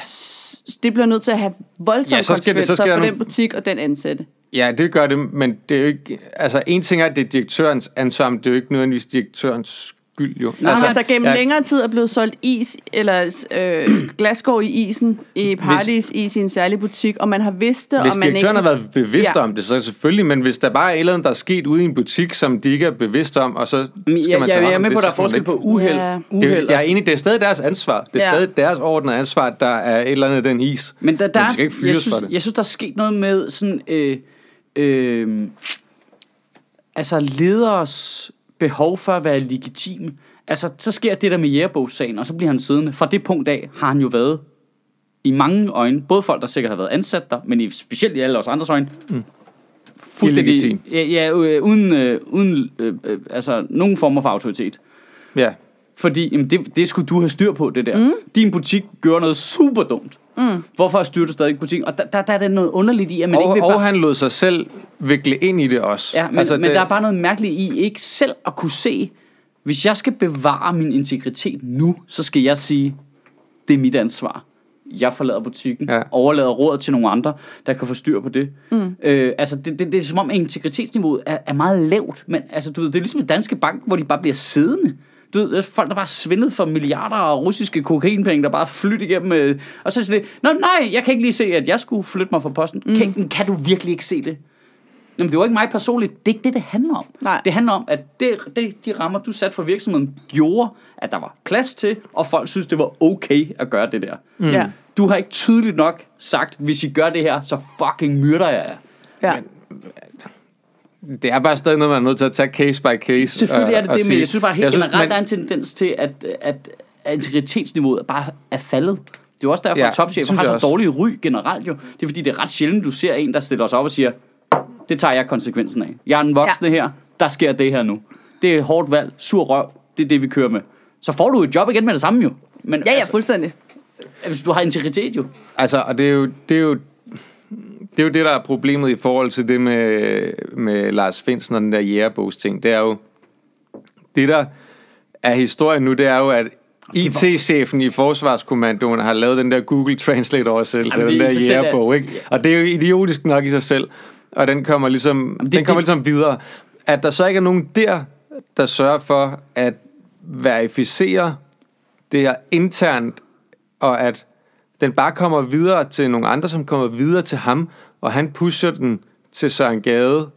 Det bliver nødt til at have voldsomme Ja, ja, så skal det- så konsekvenser skal der for nogle- Altså- den butik og den ansatte. Ja, det gør det, men det er jo ikke... Altså, en ting er, at det er direktørens ansvar, men det er jo ikke nødvendigvis direktørens skyld, jo. Nej, altså, altså, hvis der gennem jeg- jeg... længere tid er blevet solgt is, eller øh, glasgård i isen, i paradis is i en særlig butik, og man har vidst det, Hvis og man ikke... direktøren har været bevidst ja. Ja. om det, så selvfølgelig, men hvis der bare er et eller andet, der er sket ude i en butik, som de ikke er bevidst om, og så skal Men Jeg, man jeg, jeg tage hånd er om med det, på, at så der er skal man forskel ikke- på uheld. Ja. Det, er uheld jo- jeg er enig, det er stadig deres ansvar. Det er Ja. stadig deres ordnede ansvar, at der er et eller andet i den is. Men der, der, de skal ikke jeg, fyres synes, for det. jeg synes, der er sket noget med sådan... Øh, øh, altså lederes behov for at være legitime. Altså, så sker det der med jægerbogssagen, og så bliver han siddende. Fra det punkt af har han jo været i mange øjne, både folk, der sikkert har været ansat der, men i, specielt i alle os andres øjne, mm. fuldstændig, Illegitim. ja, ja, øh, uden, øh, uden øh, øh, altså, nogen former for autoritet. Ja. Fordi jamen det, det skulle du have styr på, det der. Mm. Din butik gør noget super dumt. Mm. Hvorfor styrer du stadig butikken? Og der, der, der er der noget underligt i, at man ikke Og, vil og bare... han lod sig selv vikle ind i det også. Ja, men, altså, men det... der er bare noget mærkeligt i ikke selv at kunne se, hvis jeg skal bevare min integritet nu, så skal jeg sige, det er mit ansvar. Jeg forlader butikken, ja. Ja. overlader rådet til nogle andre, der kan få styr på det. Mm. Øh, altså, det, det, det er som om, at integritetsniveauet er, er meget lavt, men altså, du ved, det er ligesom i Danske Bank, hvor de bare bliver siddende. Du ved, der er folk, der bare er svindlet for milliarder af russiske kokainpenge, der bare flytter igennem. Øh, og så er det sådan lidt, Nå, nej, jeg kan ikke lige se, at jeg skulle flytte mig fra posten. Mm. Kan, kan du virkelig ikke se det? Jamen, det var ikke mig personligt. Det er ikke det, det handler om. Nej. Det handler om, at det, det, de rammer, du satte for virksomheden, gjorde, at der var plads til, og folk synes, det var okay at gøre det der. Mm. Ja. Du har ikke tydeligt nok sagt, hvis I gør det her, så fucking myrder jeg jer. Ja. det er bare stadig noget, man er nødt til at tage case by case. Selvfølgelig er og- det og det, men Øh, sige- jeg synes bare helt generelt, men- der er en tendens til, at, at, at integritetsniveauet bare er faldet. Det er jo også derfor, Ja, ja, at topchefer synes har jeg så også. dårlige ry generelt jo. Det er fordi, det er ret sjældent, du ser en, der stiller sig op og siger, det tager jeg konsekvensen af. Jeg er den voksne ja. her, der sker det her nu. Det er et hårdt valg, sur røv, det er det, vi kører med. Så får du et job igen med det samme jo. Men ja, ja, altså, fuldstændig. hvis du har integritet jo. Altså, og det er jo... Det er jo det er jo det, der er problemet i forhold til det med, med Lars Finsen og den der jægerbogs ting. Det er jo... Det, der er historien nu, det er jo, at var- IT-chefen i Forsvarskommandoen har lavet den der Google Translate-oversættelse af Jamen, det den der i sig selv er- jægerbog, ikke? Og det er jo idiotisk nok i sig selv. Og den kommer ligesom, det- Jamen, den kommer det- ligesom videre. At der så ikke er nogen der, der sørger for at verificere det her internt, og at den bare kommer videre til nogle andre, som kommer videre til ham, og han pusher den til Søren Gade,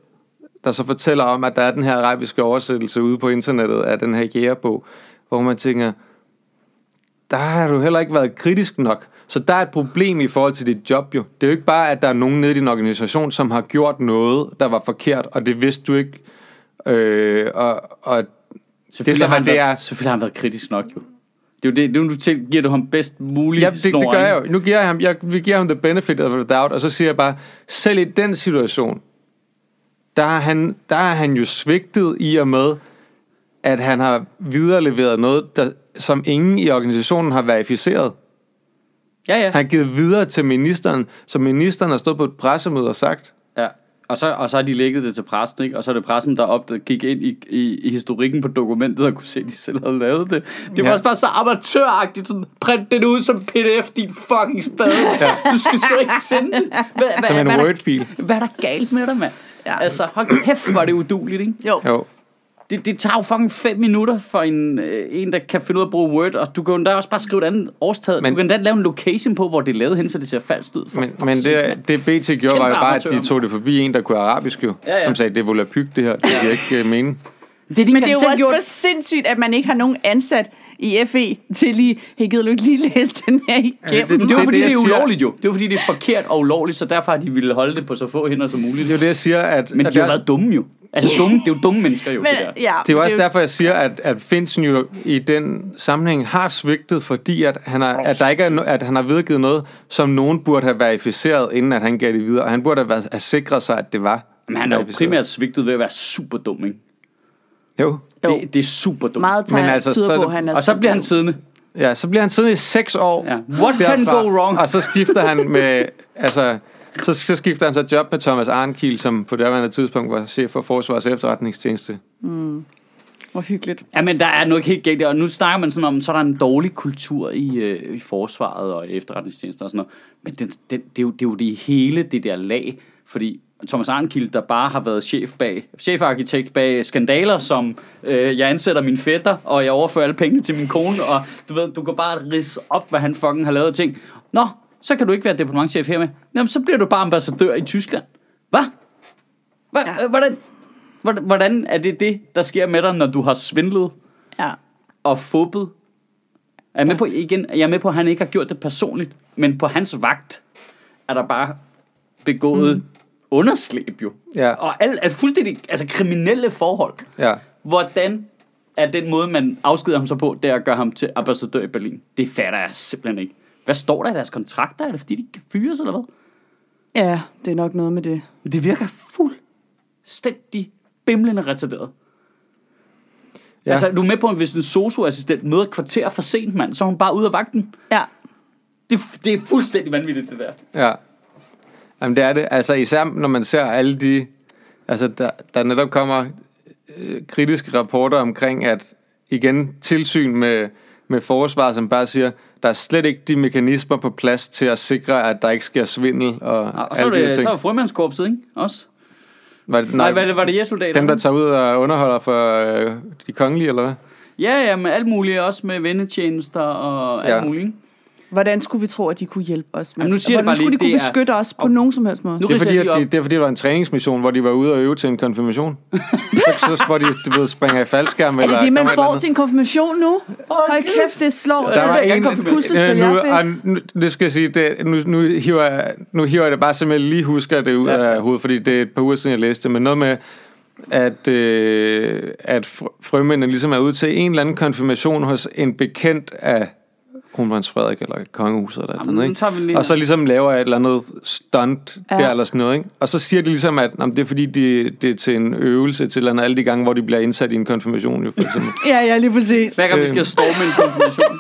der så fortæller om, at der er den her arabiske oversættelse ude på internettet af den her jægerbog, hvor man tænker, der har du heller ikke været kritisk nok. Så der er et problem i forhold til dit job jo. Det er jo ikke bare, at der er nogen nede i din organisation, som har gjort noget, der var forkert, og det vidste du ikke. Øh, og, og Selvfølgelig, så, har, han hvad det været, er. selvfølgelig har han været kritisk nok jo. Det er jo det, det er jo, du til, giver du ham bedst mulig ja, det, det gør jeg jo. Nu giver jeg ham, jeg, vi giver ham the benefit of the doubt, og så siger jeg bare, selv i den situation, der er han, der er han jo svigtet i og med, at han har videreleveret noget, der, som ingen i organisationen har verificeret. Ja, ja. Han har givet videre til ministeren, som ministeren har stået på et pressemøde og sagt, ja. Og, så, og så har de lægget det til pressen, ikke? Og så er det pressen, der op, der gik ind i, i, i historikken på dokumentet og kunne se, at de selv havde lavet det. Det var Ja. også bare så amatøragtigt, sådan, print den ud som pdf, din fucking spade. Ja. Du skal sgu da ikke sende det. Hvad, hvad, som en hvad, er der- Word-fil. hvad er der galt med dig, mand? Ja. Ja. Altså, hold kæft, hvor er det uduligt, ikke? Jo. Jo. Det, det tager jo fucking 5 minutter for en, øh, en, der kan finde ud af at bruge Word, og du kan jo endda også bare skrive et andet årstal. Men, Men- du kan endda lave en location på, hvor det er lavet hen, så det ser falsk ud. For Men, fuck's men sake, mand. det, det BT gjorde var jo Kæmpe bare, at amatører. de tog det forbi en, der kunne arabisk jo, Ja, ja. som sagde, det er volapyk det her, det giver ikke uh, mening. det er de Men det er jo også gjort. for sindssygt, at man ikke har nogen ansat i E. FE til lige, hey, gider du ikke lige læse den her igennem? det- Men det er jo fordi, det- det, det, er jeg siger. ulovligt jo. Det er jo fordi, det er forkert og ulovligt, så derfor har de ville holde det på så få hænder som muligt. Det er jo det, jeg siger, at... Men at de har det er været dumme jo. Altså dumme, det er jo dumme mennesker jo, Men, det der. ja, Det er jo også derfor, jeg siger, at, at Finsen jo i den sammenhæng har svigtet, fordi at han har, at der ikke er, no- at han har vedgivet noget, som nogen burde have verificeret, inden at han gav det videre. Og han burde have, været, have sikret sig, at det var Men han er jo verificeret. primært svigtet ved at være super dum, ikke? Jo. Jo. Det, det er super dumt. Meget Men tegn altså, altså, tyder så er på, det- at han er Og så bliver han super- siddende. Ja, så bliver han siddende i seks år. Ja. What can go wrong? Og så skifter han med... altså, så, så skifter han så job med Thomas Arnkiel, som på det tidspunkt var chef for Forsvars Efterretningstjeneste. Hvor hyggeligt. Ja, men der er noget helt galt der, og nu snakker man sådan om, så er der en dårlig kultur i, øh, i forsvaret og efterretningstjenester og sådan noget. Men det, det, det, er jo, det er jo det hele det der lag, fordi Thomas Arnkild, der bare har været chef bag, chefarkitekt bag skandaler, som øh, jeg ansætter min fætter, og jeg overfører alle pengene til min kone, og du ved, du kan bare rise op, hvad han fucking har lavet af ting. Nå, så kan du ikke være departementchef her med. Jamen, så bliver du bare ambassadør i Tyskland. Hvad? Hva? Ja. Ja. Hvordan? Hvordan- Hvordan er det det, der sker med dig, når du har svindlet Ja. og fubbet? Jeg er, med på, igen, jeg er med på, at han ikke har gjort det personligt, men på hans vagt er der bare begået mm. underslæb jo. Ja. Og al, altså fuldstændig altså kriminelle forhold. Ja. Hvordan er den måde, man afskeder ham så på, det er at gøre ham til ambassadør i Berlin? Det fatter jeg simpelthen ikke. Hvad står der i deres kontrakter? Er det fordi, de ikke kan fyres eller hvad? ja, det er nok noget med det. Men Det virker fuldstændig bimlende retarderet. Ja. Ja. Altså, du er med på, at hvis en socioassistent møder et kvarter for sent, mand, så er hun bare ude af vagten. Ja. Det, det er fuldstændig vanvittigt, det der. Ja. Jamen det er det. Altså især når man ser alle de... Altså der, der netop kommer øh, kritiske rapporter omkring, at igen tilsyn med, med forsvar, som bare siger, der er slet ikke de mekanismer på plads til at sikre, at der ikke sker svindel og, Og, og så, er alle de her det, ting. så er frømandskorpset, ikke? Også. Var det, Nej, nej, var det, var det jesoldater? dem, der tager ud og underholder for øh, de kongelige, eller hvad? Ja, ja, med alt muligt. Også med vennetjenester og alt Ja. muligt. ikke? Hvordan skulle vi tro, at de kunne hjælpe os? Med? Jamen, nu siger jeg Hvordan bare lige, skulle de kunne det er- beskytte os på nogen som helst måde? Nu Det er, ridser fordi, jeg at lige de, op. det er fordi, det var en træningsmission, hvor de var ude og øve til en konfirmation. så, så hvor de du ved, springer i faldskærm. Er eller det det, man kommer et eller får andet. til en konfirmation nu? Hold kæft. kæft, det slår. Der altså. var en- Pusses på Øh, nu, jer, og nu, det skal jeg sige, det, nu, nu, hiver jeg, nu hiver jeg det bare, som jeg lige husker det ud Ja. af hovedet, fordi det er et par uger siden, jeg læste det, men noget med, at, øh, at fr- frømændene ligesom er ude til en eller anden konfirmation hos en bekendt af kronprins Frederik eller kongehuset eller et Jamen, eller andet, nu tager vi lige- ikke? Og så ligesom laver et eller andet stunt Ja. ja. der eller sådan noget, ikke? Og så siger de ligesom, at jamen, det er fordi, de, det er til en øvelse til et eller andet, alle de gange, hvor de bliver indsat i en konfirmation, jo for eksempel. Ja, ja, lige præcis. Hver gang Øh. vi skal storme en konfirmation.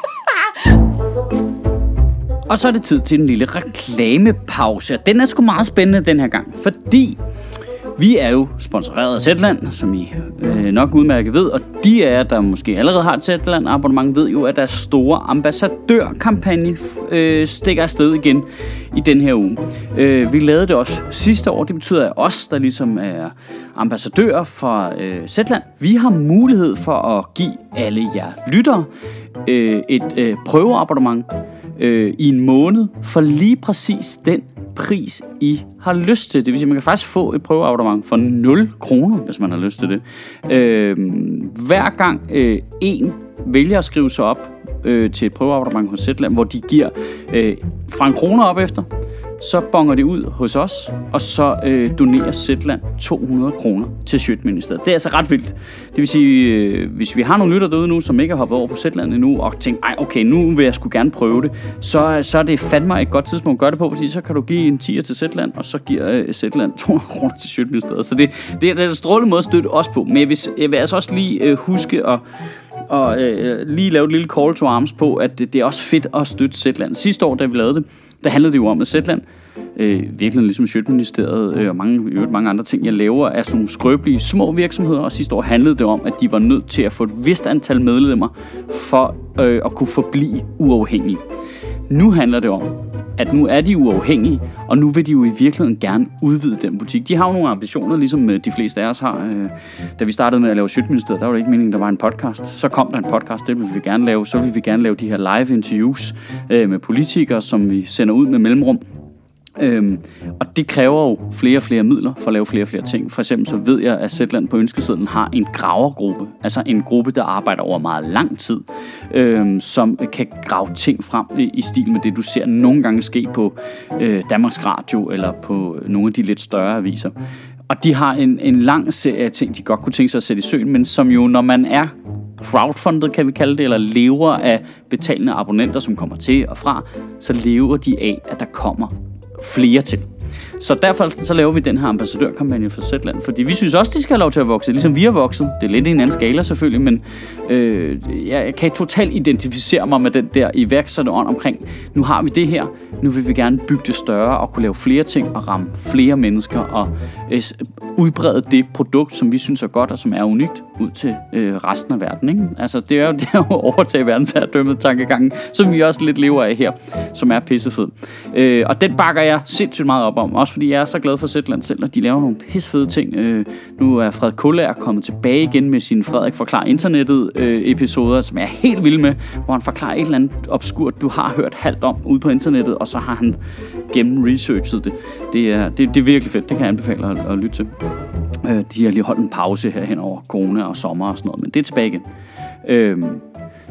Og så er det tid til en lille reklamepause. Og Den er sgu meget spændende den her gang, fordi vi er jo sponsoreret af Zetland, som I øh, nok udmærket ved, og de af jer, der måske allerede har et Zetland abonnement, ved jo, at deres store ambassadørkampagne f- øh, stikker afsted igen i den her uge. Øh, vi lavede det også sidste år, det betyder, at os, der ligesom er ambassadører for øh, Zetland, vi har mulighed for at give alle jer lyttere øh, et øh, prøveabonnement øh, i en måned for lige præcis den pris, I har lyst til. Det vil sige, at man kan faktisk få et prøveabonnement for 0 kroner, hvis man har lyst til det. Øh, hver gang øh, en vælger at skrive sig op øh, til et prøveabonnement hos Zetland, hvor de giver øh, fra en krone op efter, så bonger det ud hos os, og så øh, donerer Zetland 200 kroner til Sjøtministeriet. Det er altså ret vildt. Det vil sige, øh, hvis vi har nogle lytter derude nu, som ikke har hoppet over på Zetland endnu, og tænkt, ej okay, nu vil jeg skulle gerne prøve det, så, så er det fandme et godt tidspunkt at gøre det på, fordi så kan du give en 10'er til Zetland, og så giver øh, Zetland 200 kroner til Sjøtministeriet. Så det, det er en strålende måde at støtte os på, men jeg vil, jeg vil altså også lige øh, huske at og øh, lige lave et lille call to arms på, at det, det er også fedt at støtte Zetland. Sidste år, da vi lavede det, der handlede det jo om, at Zetland, øh, virkelig ligesom Sjøtministeriet øh, og mange, i øvrigt mange andre ting, jeg laver, er sådan nogle skrøbelige små virksomheder, og sidste år handlede det om, at de var nødt til at få et vist antal medlemmer for øh, at kunne forblive uafhængige. Nu handler det om, at nu er de uafhængige, og nu vil de jo i virkeligheden gerne udvide den butik. De har jo nogle ambitioner, ligesom øh, de fleste af os har. Øh, Da vi startede med at lave Sjøtministeriet, der var det ikke meningen, der var en podcast. Så kom der en podcast, det ville vi gerne lave. Så ville vi gerne lave de her live interviews øh, med politikere, som vi sender ud med mellemrum. Øhm, og det kræver jo flere og flere midler for at lave flere og flere ting. For eksempel så ved jeg, at Zetland på ønskesedlen har en gravergruppe, altså en gruppe, der arbejder over meget lang tid, øhm, som kan grave ting frem i, i stil med det, du ser nogle gange ske på øh, Danmarks Radio eller på nogle af de lidt større aviser. Og de har en, en lang serie af ting, de godt kunne tænke sig at sætte i søen, men som jo, når man er crowdfundet, kan vi kalde det, eller lever af betalende abonnenter, som kommer til og fra, så lever de af, at der kommer flere til. Så derfor så laver vi den her ambassadørkampagne for Zetland, fordi vi synes også, de skal have lov til at vokse, ligesom vi har vokset. Det er lidt i en anden skala selvfølgelig, men øh, jeg kan totalt identificere mig med den der iværksætterånd omkring, nu har vi det her, nu vil vi gerne bygge det større og kunne lave flere ting og ramme flere mennesker og øh, udbrede det produkt, som vi synes er godt og som er unikt, ud til øh, resten af verden. Ikke? Altså, det er jo det er jo at overtage verdensherredømmet tankegangen, som vi også lidt lever af her, som er pissefed. Øh, og den bakker jeg sindssygt meget op om, også fordi jeg er så glad for Zetland selv, at de laver nogle pissefede ting. Øh, nu er Fred Kuller kommet tilbage igen med sin Frederik Forklar Internettet øh, episoder, som jeg er helt vild med, hvor han forklarer et eller andet obskurt, du har hørt halvt om ude på internettet, og så har han gennem researchet det. Det er, det, det er virkelig fedt, det kan jeg anbefale at, at lytte til. Øh, de har lige holdt en pause her hen over corona og sommer og sådan noget, men det er tilbage igen. Øhm,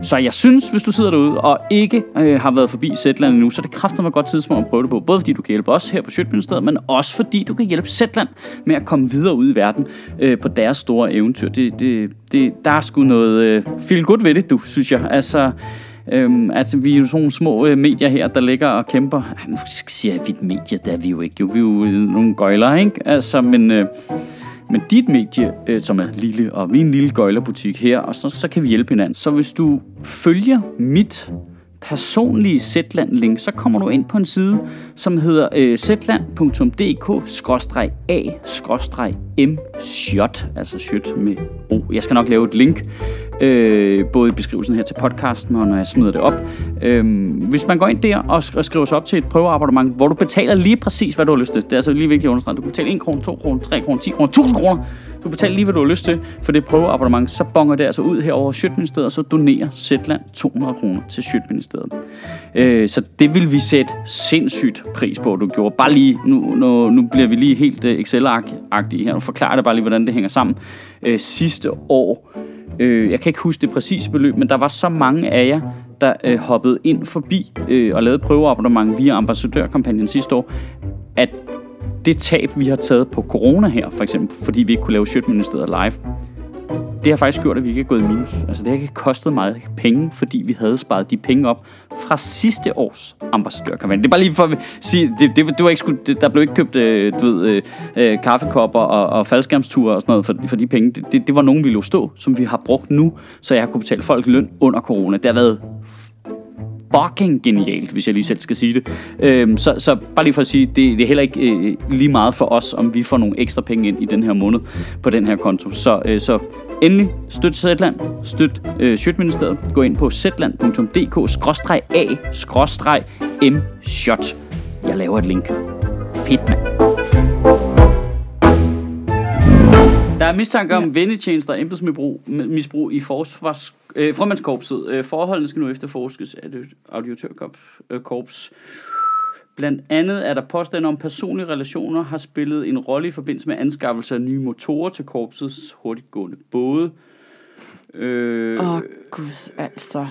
så jeg synes, hvis du sidder derude og ikke øh, har været forbi Zetland endnu, så er det kraftigt et godt tidspunkt at prøve det på. Både fordi du kan hjælpe os her på Sjøtministeriet, men også fordi du kan hjælpe Zetland med at komme videre ud i verden øh, på deres store eventyr. Det, det, det, der er sgu noget øh, feel godt ved det, du, synes jeg. Altså, Øhm, altså, vi er jo sådan nogle små øh, medier her, der ligger og kæmper. Ej, nu siger jeg, at vi er et medie, der er vi jo ikke. Jo, vi er jo øh, nogle gøjler, ikke? Altså, men... Øh, men dit medie, øh, som er lille, og vi er en lille gøjlerbutik her, og så, så kan vi hjælpe hinanden. Så hvis du følger mit personlige Zetland-link, så kommer du ind på en side, som hedder øh, zetland.dk-a-mshot, altså shot med O. Jeg skal nok lave et link, øh, både i beskrivelsen her til podcasten, og når jeg smider det op. Øh, hvis man går ind der og, sk- og skriver sig op til et prøveabonnement, hvor du betaler lige præcis, hvad du har lyst til. Det er altså lige vigtigt at understrege. Du kan betale 1 kr, 2 kr, 3 kr, 10 kr, 1000 kr. Du betaler lige, hvad du har lyst til for det prøveabonnement. Så bonger det altså ud herover Sjøtministeriet, og så donerer Zetland 200 kroner til Sjøtministeriet. Øh, så det vil vi sætte sindssygt pris på, at du gjorde. Bare lige, nu, nu, nu bliver vi lige helt øh, Excel-agtige her. Nu forklarer det bare lige, hvordan det hænger sammen. Øh, sidste år, Øh, jeg kan ikke huske det præcise beløb, men der var så mange af jer, der øh, hoppede ind forbi øh, og lavede prøveabonnement via ambassadørkampagnen sidste år, at det tab, vi har taget på corona her, for eksempel, fordi vi ikke kunne lave Sjøtministeriet live, det har faktisk gjort, at vi ikke er gået i minus. Altså, det har ikke kostet meget penge, fordi vi havde sparet de penge op fra sidste års ambassadørkampagne. Det er bare lige for at sige, det, det, det var ikke sku, det, der blev ikke købt øh, du ved, øh, øh, kaffekopper og, og faldskærmsture og sådan noget for, for de penge. Det, det, det var nogen, vi lå stå, som vi har brugt nu, så jeg har kunne betale folk løn under corona. Det har været fucking genialt, hvis jeg lige selv skal sige det. Øhm, så, så bare lige for at sige, det, det er heller ikke øh, lige meget for os, om vi får nogle ekstra penge ind i den her måned på den her konto. Så, øh, så endelig støt Zetland, støt øh, Sjøtministeriet. Gå ind på zetland.dk-a-mshot. Jeg laver et link. Fedt, mand. Der er mistanke om ja. vendetjenester og embedsmisbrug misbrug i forsvars, øh, formandskorpset. Øh, forholdene skal nu efterforskes af det auditørkorps. øh, Blandt andet er der påstand om, at personlige relationer har spillet en rolle i forbindelse med anskaffelse af nye motorer til korpsets hurtiggående både. Øh, Åh, oh, gud, altså.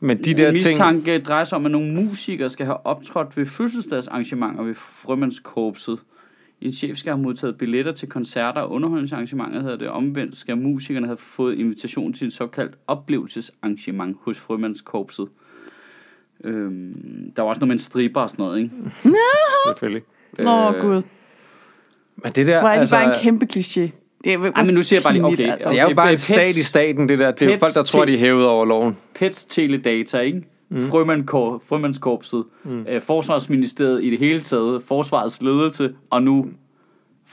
Men de der ting... mistanke drejer sig om, at nogle musikere skal have optrådt ved fødselsdagsarrangementer ved Frømandskorpset. En chef skal have modtaget billetter til koncerter og underholdningsarrangementer, hedder det omvendt, skal musikerne have fået invitation til et såkaldt oplevelsesarrangement hos Frømandskorpset. Øhm, der var også noget med en striber og sådan noget, ikke? Selvfølgelig. Øh, Åh, oh, gud. Men det der... Hvor er de altså, bare en kæmpe kliché. Det er, altså. Ej, men nu siger jeg bare lige, okay. Det er jo Det bare er en stat pets. i staten, det der. Det er jo Pets folk, der tror, ting. de er hævet over loven. Pets Teledata, ikke? Mm. Frømandkor, Frømandskorpset, mm. øh, Forsvarsministeriet i det hele taget, Forsvarets ledelse, og nu Mm.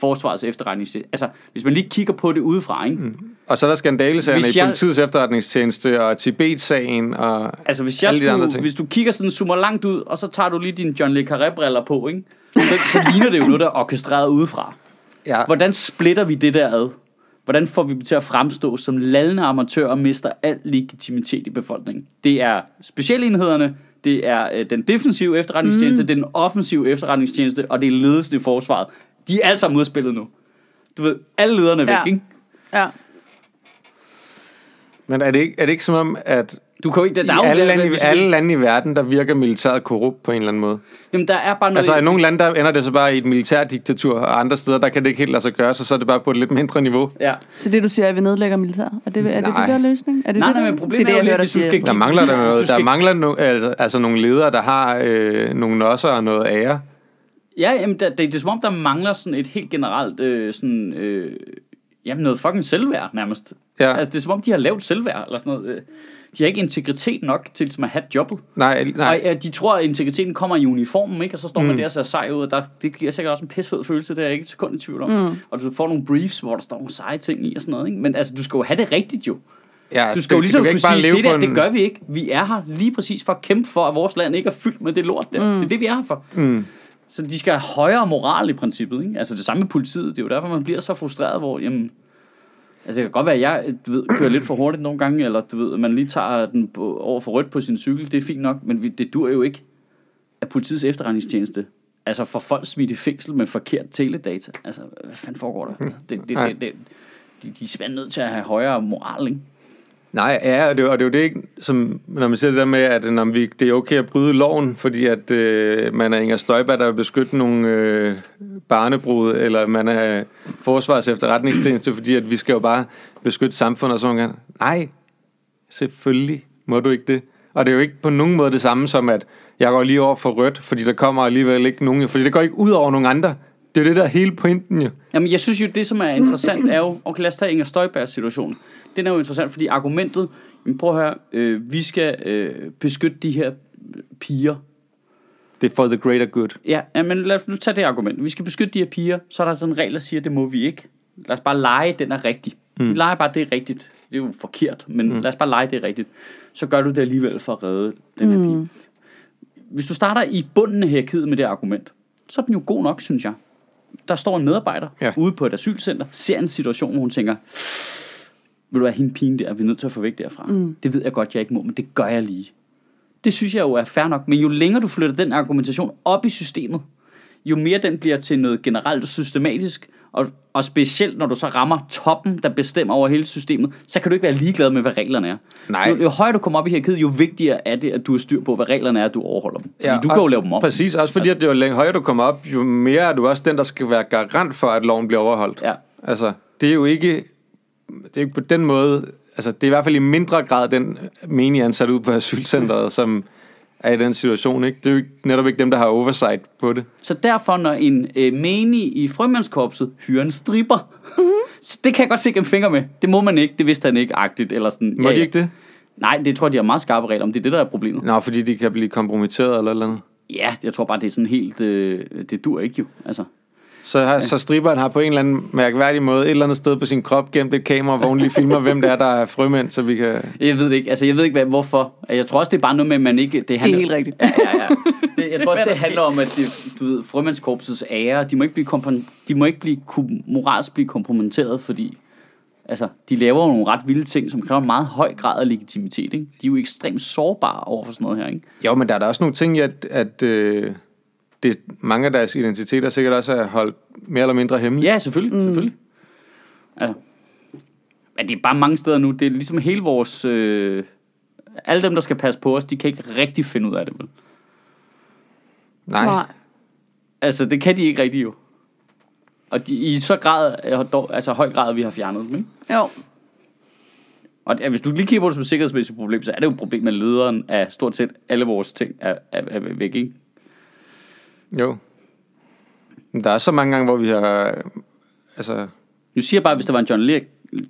Forsvarets efterretningstjeneste. Altså, hvis man lige kigger på det udefra, ikke? Mm. Og så er der skandalesagerne Hvis i jeg- politiets efterretningstjeneste og Tibet-sagen. Og... Altså, hvis, jeg Alle de andre skulle, ting. hvis du kigger sådan, zoomer langt ud, og så tager du lige dine John Le Carré-briller på, ikke? Så, så ligner det jo noget, der er orkestreret udefra. Ja. Hvordan splitter vi det der ad? Hvordan får vi dem til at fremstå som lallende amatører og mister al legitimitet i befolkningen? Det er specialenhederne, det er øh, den defensive efterretningstjeneste, mm. det er den offensive efterretningstjeneste, og det er ledelsen i forsvaret. De er alle sammen udspillet nu. Du ved, alle lederne er væk, Ja. ikke? Ja. Men er det, ikke, er det ikke som om, at Du kan jo ikke... Der, der er i jo alle, der- lande, i, hvis- alle lande i verden, der virker militæret korrupt på en eller anden måde? Jamen, der er bare noget... Altså i nogle lande, der ender det så bare i et militærdiktatur, og andre steder, der kan det ikke helt lade sig gøre, så, så er det bare på et lidt mindre niveau. Ja. Så det, du siger, er, at vi nedlægger militæret? Er det, er det, Nej. det der er løsning? Er det Nej, det, der nej, men løsning? problemet det, er jo jeg lidt, hører dig hvis du sige. skal- Der mangler der, Hvis du noget, der skal- mangler no, altså, altså nogle ledere, der har øh, nogle nosser og noget ære. Ja, jamen, der, det, det er som om, der mangler sådan et helt generelt øh, sådan, øh, jamen noget fucking selvværd nærmest. Ja. Altså, det er som om, de har lavt selvværd eller sådan noget. øh. De har ikke integritet nok til ligesom, at have jobbet. Nej, Nej. nej. Og ja, de tror, at integriteten kommer i uniformen, ikke? Og så står man mm. der og ser sej ud, og der, det giver sikkert også en pissefed følelse, det er jeg ikke et sekund i tvivl om. Mm. Og du får nogle briefs, hvor der står nogle seje ting i og sådan noget, ikke? Men altså, du skal jo have det rigtigt jo. Ja, Du skal jo det- ligesom kan kunne ikke bare sige, leve det på der, en- det gør vi ikke. Vi er her lige præcis for at kæmpe for, at vores land ikke er fyldt med det lort der. Mm. Det er det, vi er her for. Mm. Så de skal have højere moral i princippet. Ikke? Altså det samme med politiet. Det er jo derfor, man bliver så frustreret, hvor jamen, altså, det kan godt være, at jeg du ved, kører lidt for hurtigt nogle gange, eller du ved, at man lige tager den på, over for rødt på sin cykel. Det er fint nok, men vi, det dur jo ikke af politiets efterretningstjeneste. Altså for folk smidt i fængsel med forkert teledata. Altså, hvad fanden foregår der? Det, det, Mm. Nej. det, det, de, de er simpelthen nødt til at have højere moral, ikke? Nej, ja, og det, er jo- og det er jo det, ikke, som, når man siger det der med, at når vi, det er okay at bryde loven, fordi at øh, man er Inger Støjberg, der vil beskytte nogle øh, barnebrud, eller man er forsvars efterretningstjeneste, fordi at vi skal jo bare beskytte samfundet og sådan noget. Nej, selvfølgelig må du ikke det. Og det er jo ikke på nogen måde det samme som, at jeg går lige over for rødt, fordi der kommer alligevel ikke nogen, fordi det går ikke ud over nogen andre. Det er jo det, der er hele pointen jo. Jamen, jeg synes jo, det som er interessant er jo, okay, lad os tage Inger Støjbergs situation. Den er jo interessant, fordi argumentet, jamen, prøv at høre, øh, vi skal øh, beskytte de her piger. Det er for the greater good. Ja, men lad os nu tage det argument. Vi skal beskytte de her piger, så er der sådan en regel, der siger, det må vi ikke. Lad os bare lege, den er rigtig. Mm. Vi leger bare, det er rigtigt. Det er jo forkert, men mm. lad os bare lege, det er rigtigt. Så gør du det alligevel for at redde den her pige. Hvis du starter i bunden af hierarkiet med det argument, så er den jo god nok, synes jeg. Der står en medarbejder Ja. ja. ude på et asylcenter, ser en situation, hvor hun tænker, vil du være hende pigen der, vi er nødt til at få væk derfra. Mm. Det ved jeg godt, jeg ikke må, men det gør jeg lige. Det synes jeg jo er fair nok, men jo længere du flytter den argumentation op i systemet, jo mere den bliver til noget generelt og systematisk, og, og specielt når du så rammer toppen, der bestemmer over hele systemet, så kan du ikke være ligeglad med, hvad reglerne er. Nej. Jo, jo højere du kommer op i her kæde, jo vigtigere er det, at du har styr på, hvad reglerne er, at du overholder dem. Fordi ja, du kan også, jo lave dem om. Præcis, også fordi altså, at jo længere højere du kommer op, jo mere er du også den, der skal være garant for, at loven bliver overholdt. Ja. Altså, det er jo ikke, det er ikke på den måde, altså det er i hvert fald i mindre grad den menige ansat ude på Mm. asylcentret, som er i den situation, ikke? Det er jo ikke, netop ikke dem, der har oversight på det. Så derfor, når en øh, menig i frømandskorpset hyrer en stripper, så det kan jeg godt se gennem fingre med. Det må man ikke, det vidste han ikke, agtigt. Eller sådan. Må de ikke det? Nej, det tror jeg, de har meget skarpe regler om. Det er det, der er problemet. Nå, fordi de kan blive kompromitteret eller et eller andet. Ja, jeg tror bare, det er sådan helt... Øh, det dur ikke jo, altså. Så, har, så striberen har på en eller anden mærkværdig måde et eller andet sted på sin krop gemt et kamera, hvor hun lige filmer, hvem det er, der er frømænd, så vi kan... Jeg ved det ikke, altså jeg ved ikke, hvad, hvorfor. Jeg tror også, det er bare noget med, at man ikke... Det, handler... helt rigtigt. Ja, ja, ja. Det, jeg tror også, det handler om, at det, du ved, frømandskorpsets ære, de må ikke blive, kompon... de må ikke blive kom... moralsk blive kompromitteret, fordi altså, de laver jo nogle ret vilde ting, som kræver en meget høj grad af legitimitet. Ikke? De er jo ekstremt sårbare over for sådan noget her. Ikke? Jo, men der er da også nogle ting i, at, at øh, det, mange af deres identiteter sikkert også er holdt mere eller mindre hemmelige. Ja, selvfølgelig, mm. selvfølgelig. Altså, men det er bare mange steder nu. Det er ligesom hele vores... Øh, alle dem, der skal passe på os, de kan ikke rigtig finde ud af det, vel? Nej. Nej. Altså, det kan de ikke rigtig jo. Og de, i så grad, øh, dog- altså høj grad, vi har fjernet dem, ikke? Jo. Og det, er- hvis du lige kigger på det som sikkerhedsmæssigt problem, så er det jo et problem, at lederen af stort set alle vores ting er, er, er væk, ikke? Jo. Men Der er så mange gange, hvor vi har... Altså, Nu siger jeg bare, at hvis der var en John Le,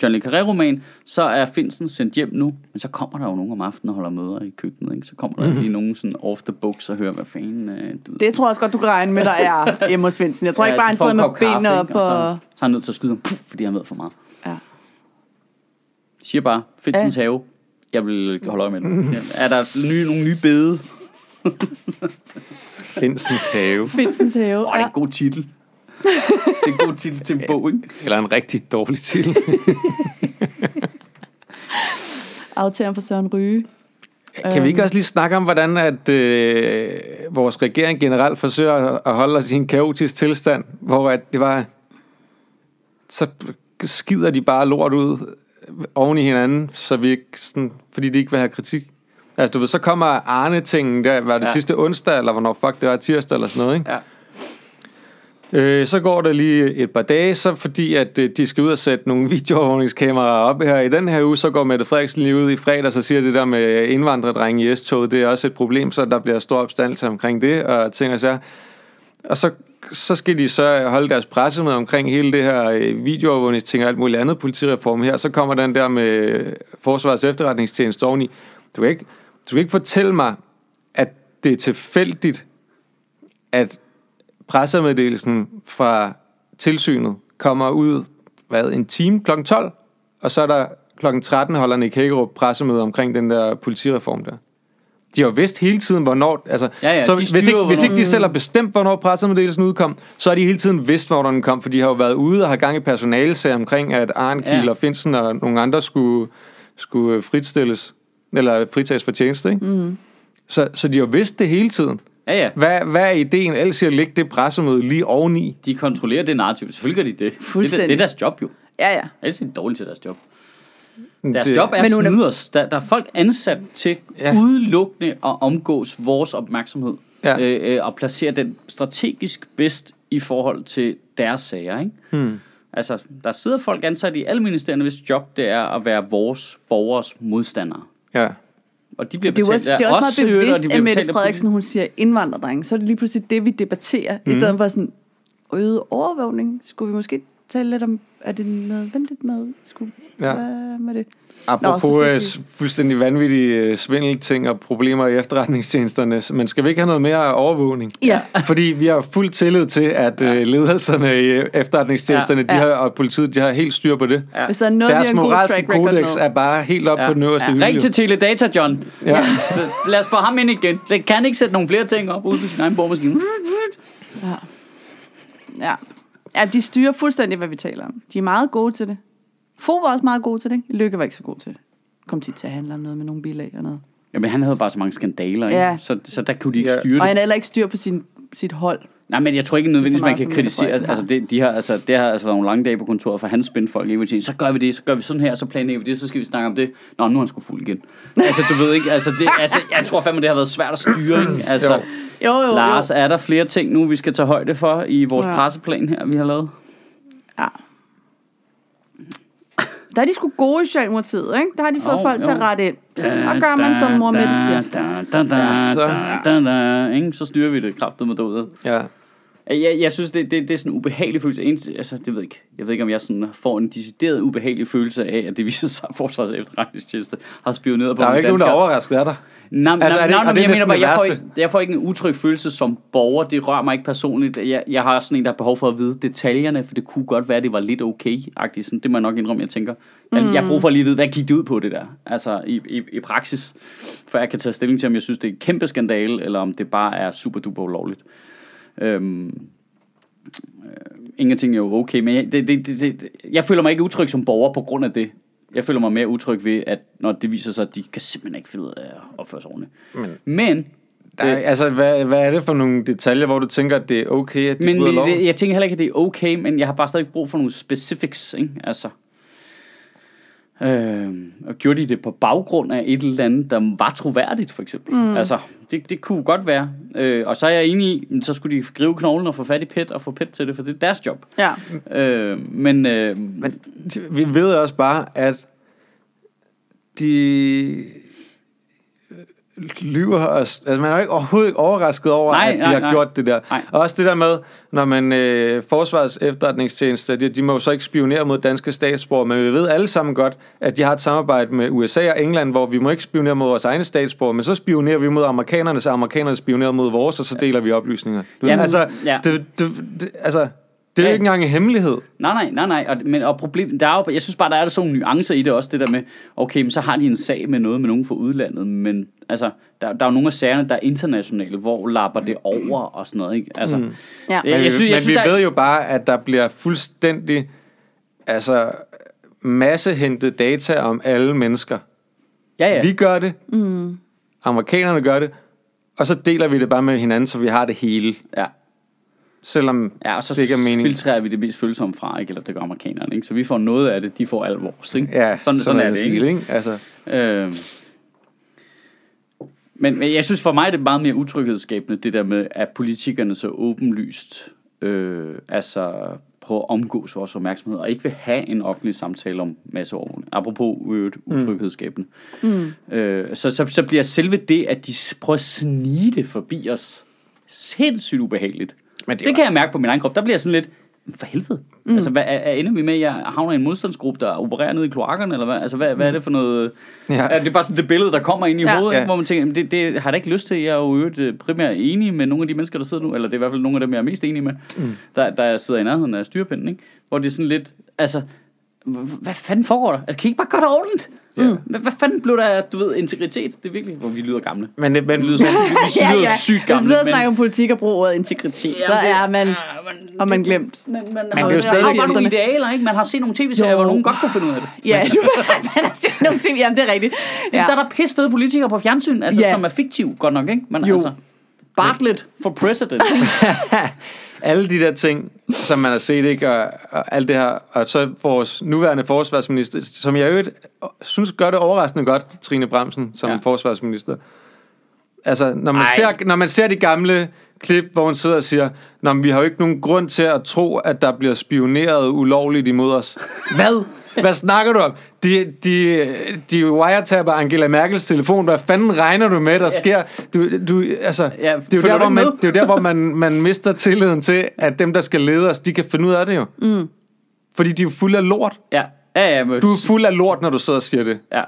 John Le Carré-roman, så er Finsen sendt hjem nu. Men så kommer der jo nogen om aftenen og holder møder i køkkenet, ikke? Så kommer der lige nogen sådan off the books og hører, hvad fanden... Øh, du ved. Det tror jeg også godt, du kan regne med, der er hjemme hos Svendsen. Jeg tror ikke bare, han så altså, får sidder en med kop kaffe, benene op ikke? så, og... så er han nødt til at skyde ham, puff, fordi han ved for meget. Ja. Siger bare, Finsens ja. have. Jeg vil holde øje med den. Ja. Er der nye, nogle nye bede? Åh, Finsens have. Findsens have. det er Ja. en god titel. det er en god titel til en bog, ikke? Eller en rigtig dårlig titel. Aftageren for Søren Ryge. Kan vi ikke også lige snakke om, hvordan at øh, vores regering generelt forsøger at- at holde os i en kaotisk tilstand, hvor at det var, så skider de bare lort ud oven i hinanden, så vi ikke sådan, fordi de ikke vil have kritik. Altså du ved, så kommer Arne-tingen der, var det Ja. ja. sidste onsdag, eller hvornår fuck det var, tirsdag eller sådan noget, ikke? Ja. Øh, så går der lige et par dage, så fordi at øh, de skal ud og sætte nogle videoovervågningskameraer op her i den her uge, så går Mette Frederiksen lige ud i fredag, så siger det der med indvandredrenge i S-toget, det er også et problem, så der bliver stor opstandelse omkring det, og ting og sager. Og så, så skal de så holde deres pressemøde omkring hele det her øh, videoovervågningsting og alt muligt andet politireform her. Så kommer den der med Forsvarets efterretningstjeneste oveni. Du kan ikke, du kan ikke fortælle mig, at det er tilfældigt, at pressemeddelelsen fra tilsynet kommer ud, hvad, en time kl. 12, og så er der kl. 13 holder Nick Hækkerup pressemøde omkring den der politireform der. De har jo vidst hele tiden, hvornår... Altså, Ja, ja, så de hvis, styrer, ikke, hvis hvornår- ikke de selv har bestemt, hvornår pressemeddelelsen udkom, så har de hele tiden vidst, hvornår den kom, for de har jo været ude og har gang i personalesager omkring, at Arnkiel Ja. ja. og Finsen og nogle andre skulle, skulle fritstilles, eller fritages for tjeneste, ikke? Mm. Mhm. Så, så de har vidst det hele tiden. Ja, ja. Hvad, hvad er ideen ellers i at lægge det pressemøde lige oveni? De kontrollerer det narrativ. Selvfølgelig gør de det. Det, er- Fuldstændig. det er deres job jo. Ja, ja. Ellers er de dårlige til deres job. Deres Det- det, job er at Men hun er- snyde os. Der, der er folk ansat til ja. Ja. udelukkende at omgås vores opmærksomhed. Ja. Øh, øh, og placere den strategisk bedst i forhold til deres sager. Ikke? Hmm. Altså, der sidder folk ansat i alle ministerierne, hvis job det er at være vores borgers modstandere. Ja. Og de bliver Det er, jo betalt også, af det er os, også i meget øvrigt, og bevidst, de bliver at Mette betalt af Frederiksen, hun siger indvandrerdrenge. Så er det lige pludselig det, vi debatterer. Mm. I stedet for sådan øget overvågning, skulle vi måske tale lidt om, er det nødvendigt med? Skulle, Ja. hvad med det? Apropos øh, s- fuldstændig vanvittige øh, svindelting og problemer i efterretningstjenesterne, men skal vi ikke have noget mere overvågning? Ja. Fordi vi har fuld tillid til, at øh, ledelserne i øh, efterretningstjenesterne Ja. de Ja. har, og politiet de har helt styr på det. Ja. Hvis der er noget, vi Deres har en god moralske track record kodex med. er bare helt op Ja. på den øverste politiet. hylde. Ring jo. til Teledata, John. Ja. Lad os få ham ind igen. Det kan ikke sætte nogle flere ting op ude på sin egen borgmaskine. Ja. ja, de styrer fuldstændig, hvad vi taler om. De er meget gode til det. Fo var også meget god til det. Lykke var ikke så god til det. Kom tit til at handle om noget med nogle bilag og noget. Jamen, han havde bare så mange skandaler, ikke? Ja. Så, så der kunne de ikke Ja. styre Og det. han er heller ikke styr på sin, sit hold. Nej, men jeg tror ikke nødvendigvis, Så man meget kan som Mette kritisere. Frederiksen Altså, det, de har, altså, det har altså været nogle lange dage på kontoret, for han spændte folk i så gør vi det, så gør vi sådan her, så planlægger vi det, så skal vi snakke om det. Nå, nu er han sgu fuld igen. Altså, du ved ikke, altså, det, altså, jeg tror fandme, det har været svært at styre, ikke? Altså, Jo. Jo, jo, Lars, jo. er der flere ting nu, vi skal tage højde for i vores Ja. presseplan her, vi har lavet? Ja. Der er de sgu gode i Socialdemokratiet, ikke? Der har de fået Jo, folk til jo. at rette ind. Og gør man, som mor Mette siger. Da, da, da, da, så- da, da, da, ikke? Så styrer vi det kraftet med dødet. Ja. Jeg, jeg synes, det, det, det er sådan en ubehagelig følelse. En, altså, det ved jeg ikke. Jeg ved ikke, om jeg sådan får en decideret ubehagelig følelse af, at det viser sig, at Forsvars efterretningstjeneste har spioneret på Der er jo nogle ikke nogen, der er danskere. overrasket af dig. Nej, nej, Altså, er nej, det- nej, og det er jeg mener næsten bare, det jeg får, værste. ikke, jeg får ikke en utryg følelse som borger. Det rører mig ikke personligt. Jeg, jeg har sådan en, der har behov for at vide detaljerne, for det kunne godt være, at det var lidt okay-agtigt. Sådan, det må jeg nok indrømme, jeg tænker. Jeg, mm. jeg har brug for at lige vide, hvad gik det ud på, det der? Altså, i, i, i praksis. For jeg kan tage stilling til, om jeg synes, det er en kæmpe skandale, eller om det bare er super duper ulovligt. Øhm, øh, ingenting er jo okay, men jeg, det, det, det, det, jeg føler mig ikke utryg som borger på grund af det. Jeg føler mig mere utryg ved, at når det viser sig, at de kan simpelthen ikke finde ud af at opføre sig ordentligt. Men, men, Der, er- altså, hvad, hvad er det for nogle detaljer, hvor du tænker, at det er okay, at de men bryder loven? det, jeg tænker heller ikke, at det er okay, men jeg har bare stadig brug for nogle specifics. Ikke? Altså, Øh, og gjorde de det på baggrund af et eller andet, der var troværdigt, for eksempel. Mm. Altså, det, det kunne godt være. Øh, og så er jeg enig i, men så skulle de gribe knoglen og få fat i PET og få PET til det, for det er deres job. Ja. Mm. Øh, men, øh, Men t- vi ved også bare, at de øh, lyver os. Altså, man er jo ikke overhovedet ikke overrasket over, Nej, at de nej, har nej. gjort det der. Nej. Og også det der med, når man øh, forsvarets efterretningstjeneste, de, de må jo så ikke spionere mod danske statsborger, men vi ved alle sammen godt, at de har et samarbejde med USA og England, hvor vi må ikke spionere mod vores egne statsborger, men så spionerer vi mod amerikanerne, så amerikanerne spionerer mod vores, og så deler vi oplysninger. Du, Jamen, Jamen, altså, ja. det, det, det, altså, det er Ja. jo ikke engang en hemmelighed. Nej, nej, nej, nej. Og, men, og problem, der er jo, jeg synes bare, der er sådan nogle nuancer i det også, det der med, okay, men så har de en sag med noget med nogen fra udlandet, men altså, der, der er jo nogle af sagerne, der er internationale, hvor lapper det over og sådan noget, ikke? Altså, mm. Ja. jeg, jeg Men, jeg synes, synes, jeg men synes, vi der, ved jo bare, at der bliver fuldstændig altså, massehentet data om alle mennesker. ja, ja. Ja. Vi gør det, mm. amerikanerne gør det, og så deler vi det bare med hinanden, så vi har det hele. ja. Selvom Ja, og så det ikke er meningen. filtrerer vi det mest følsomme fra, ikke? eller det gør amerikanerne. Ikke? Så vi får noget af det, de får alt vores. Ikke? Ja, sådan, sådan, sådan er det. sige Ikke? ikke? Altså, Øh, men, men jeg synes for mig, det er meget mere utryghedsskabende, det der med, at politikerne så åbenlyst øh, altså prøver at omgås vores opmærksomhed, og ikke vil have en offentlig samtale om masseovervågning. Apropos øh, øvrigt utryghedsskabende. Mm. Øh, så, så, så bliver selve det, at de s- prøver at snige det forbi os, sindssygt ubehageligt. Men det, det det var- kan jeg mærke på min egen krop. Der bliver jeg sådan lidt, for helvede. Mm. Altså, hvad, er, er ender vi med, at jeg havner i en modstandsgruppe, der opererer nede i kloakkerne, eller hvad? Altså, hvad, hvad er det for noget... Mm. Ja. Er det er bare sådan det billede, der kommer ind i Ja. hovedet, ja. Ja. hvor man tænker, "Jamen, det, det har jeg da ikke lyst til. Jeg er jo i øvrigt øh, primært enig med nogle af de mennesker, der sidder nu, eller det er i hvert fald nogle af dem, jeg er mest enig med, mm. der, der sidder i nærheden af styrpinden, ikke? hvor det er sådan lidt, altså, h- hvad fanden foregår der? Altså, kan I ikke bare gøre det ordentligt? Ja. Hvad, hvad fanden blev der, af, du ved, integritet? Det er virkelig, hvor vi lyder gamle. men, det- men, Vi lyder, som, vi, vi lyder sygt Hvis du gamle. sidder og snakker om politik og bruger ordet integritet, så er man, og man glemt. Men, men, er Ah, man, jo man, stadig- har bare nogle idealer, ikke? Man har set nogle tv-serier, Jo. hvor nogen godt kunne finde ud af det. Ja, du man har set nogle ting. Jamen, det er rigtigt. Ja. Ja. Der er der pis fede politikere på fjernsyn, altså, ja. Ja. som er fiktiv godt nok, ikke? Men Jo. altså, Bartlett for president. alle de der ting, som man har set, ikke? Og, og alt det her. Og så vores nuværende forsvarsminister, som jeg i øvrigt synes gør det overraskende godt, Trine Bremsen, som Ja. ja. forsvarsminister. Altså, når man, Ej. ser, når man ser de gamle klip, hvor hun sidder og siger, Nå, men vi har jo ikke nogen grund til at tro, at der bliver spioneret ulovligt imod os. Hvad? Hvad snakker du om? De, de, de wiretapper Angela Merkels telefon. Hvad fanden regner du med, der sker? Du, du, altså, Ja, det er jo følger du der, hvor ikke man, med? det er jo der, hvor man, man mister tilliden til, at dem, der skal lede os, de kan finde ud af det jo. Mm. Fordi de er jo fulde af lort. ja. Ja, ja, men, Du er fuld af lort, når du sidder og siger det. ja.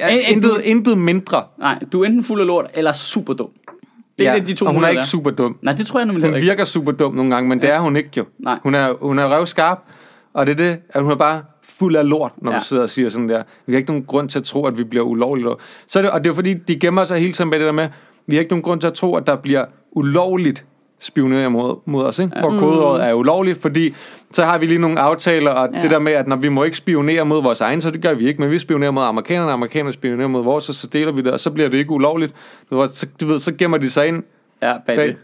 Ja, Æ, æ, intet, du- intet mindre. Nej, du er enten fuld af lort, eller super dum. Det er ja, de to og hun er muligheder, ikke der super dum. Nej, det tror jeg nemlig Hun heller ikke. virker super dum nogle gange, men det er hun ikke jo. Nej. Hun er, hun er røvskarp, og det er det, at hun er bare fuld af lort, når ja. Ja. du sidder og siger sådan der. Vi har ikke nogen grund til at tro, at vi bliver ulovligt. Så er det, og det er jo fordi, de gemmer sig hele tiden med det der med, vi har ikke nogen grund til at tro, at der bliver ulovligt spioneret mod, mod os, ikke? Ja. hvor kodeordet er ulovligt, fordi så har vi lige nogle aftaler, og Ja. ja. det der med, at når vi må ikke spionere mod vores egen, så det gør vi ikke, men vi spionerer mod amerikanerne, amerikanerne spionerer mod vores, og så deler vi det, og så bliver det ikke ulovligt. Du ved, Så, du ved, så gemmer de sig ind Ja, bag Bag. det.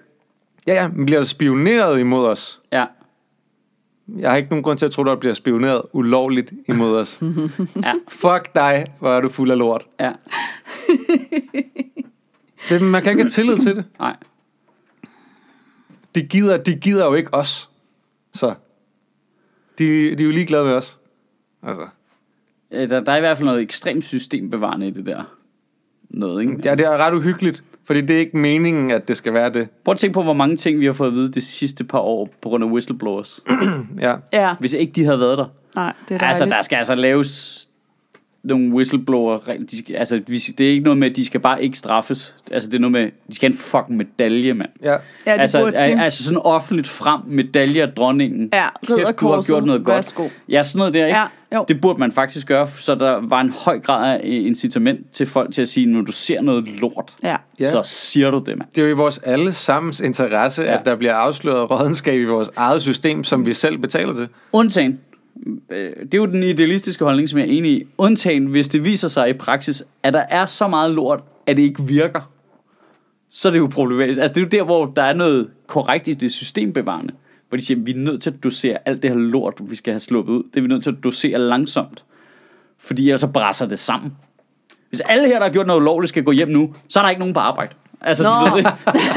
Ja, ja, men bliver der spioneret imod os? Ja. Jeg har ikke nogen grund til at tro, der bliver spioneret ulovligt imod os. Ja. Fuck dig, hvor er du fuld af lort. Ja, Det, man kan ikke have tillid til det. nej. De gider, de gider jo ikke os. Så. De, de er jo ligeglade med os. Altså. Øh, Der, der er i hvert fald noget ekstremt systembevarende i det der. Noget, ikke? Ja, det er ret uhyggeligt, fordi det er ikke meningen, at det skal være det. Prøv at tænke på, hvor mange ting, vi har fået at vide de sidste par år på grund af whistleblowers. Ja. Ja, Hvis ikke de havde været der. nej, det er Altså, dejligt. der skal altså laves nogle whistleblower de skal, altså, vi- det er ikke noget med, at de skal bare ikke straffes. Altså, det er noget med, de skal have en fucking medalje, mand. ja. Ja, det altså, burde de. altså sådan offentligt frem medalje af dronningen. Ja, Kæft, du har ridderkorset. gjort noget godt. Værsgo. Ja, sådan noget der, ikke? Ja, jo. det burde man faktisk gøre, så der var en høj grad af incitament til folk til at sige, når du ser noget lort, Ja. Ja. så siger du det, mand. Det er jo i vores allesammens interesse, Ja. ja. at der bliver afsløret rådenskab i vores eget system, som vi selv betaler til. Undtagen, øh, det er jo den idealistiske holdning, som jeg er enig i. Undtagen, hvis det viser sig i praksis, at der er så meget lort, at det ikke virker, så er det jo problematisk. Altså, det er jo der, hvor der er noget korrekt i det systembevarende. Hvor de siger, vi er nødt til at dosere alt det her lort, vi skal have sluppet ud. Det er vi nødt til at dosere langsomt. Fordi ellers så brasser det sammen. Hvis alle her, der har gjort noget ulovligt, skal gå hjem nu, så er der ikke nogen på arbejde. Altså, Nå. du ved det.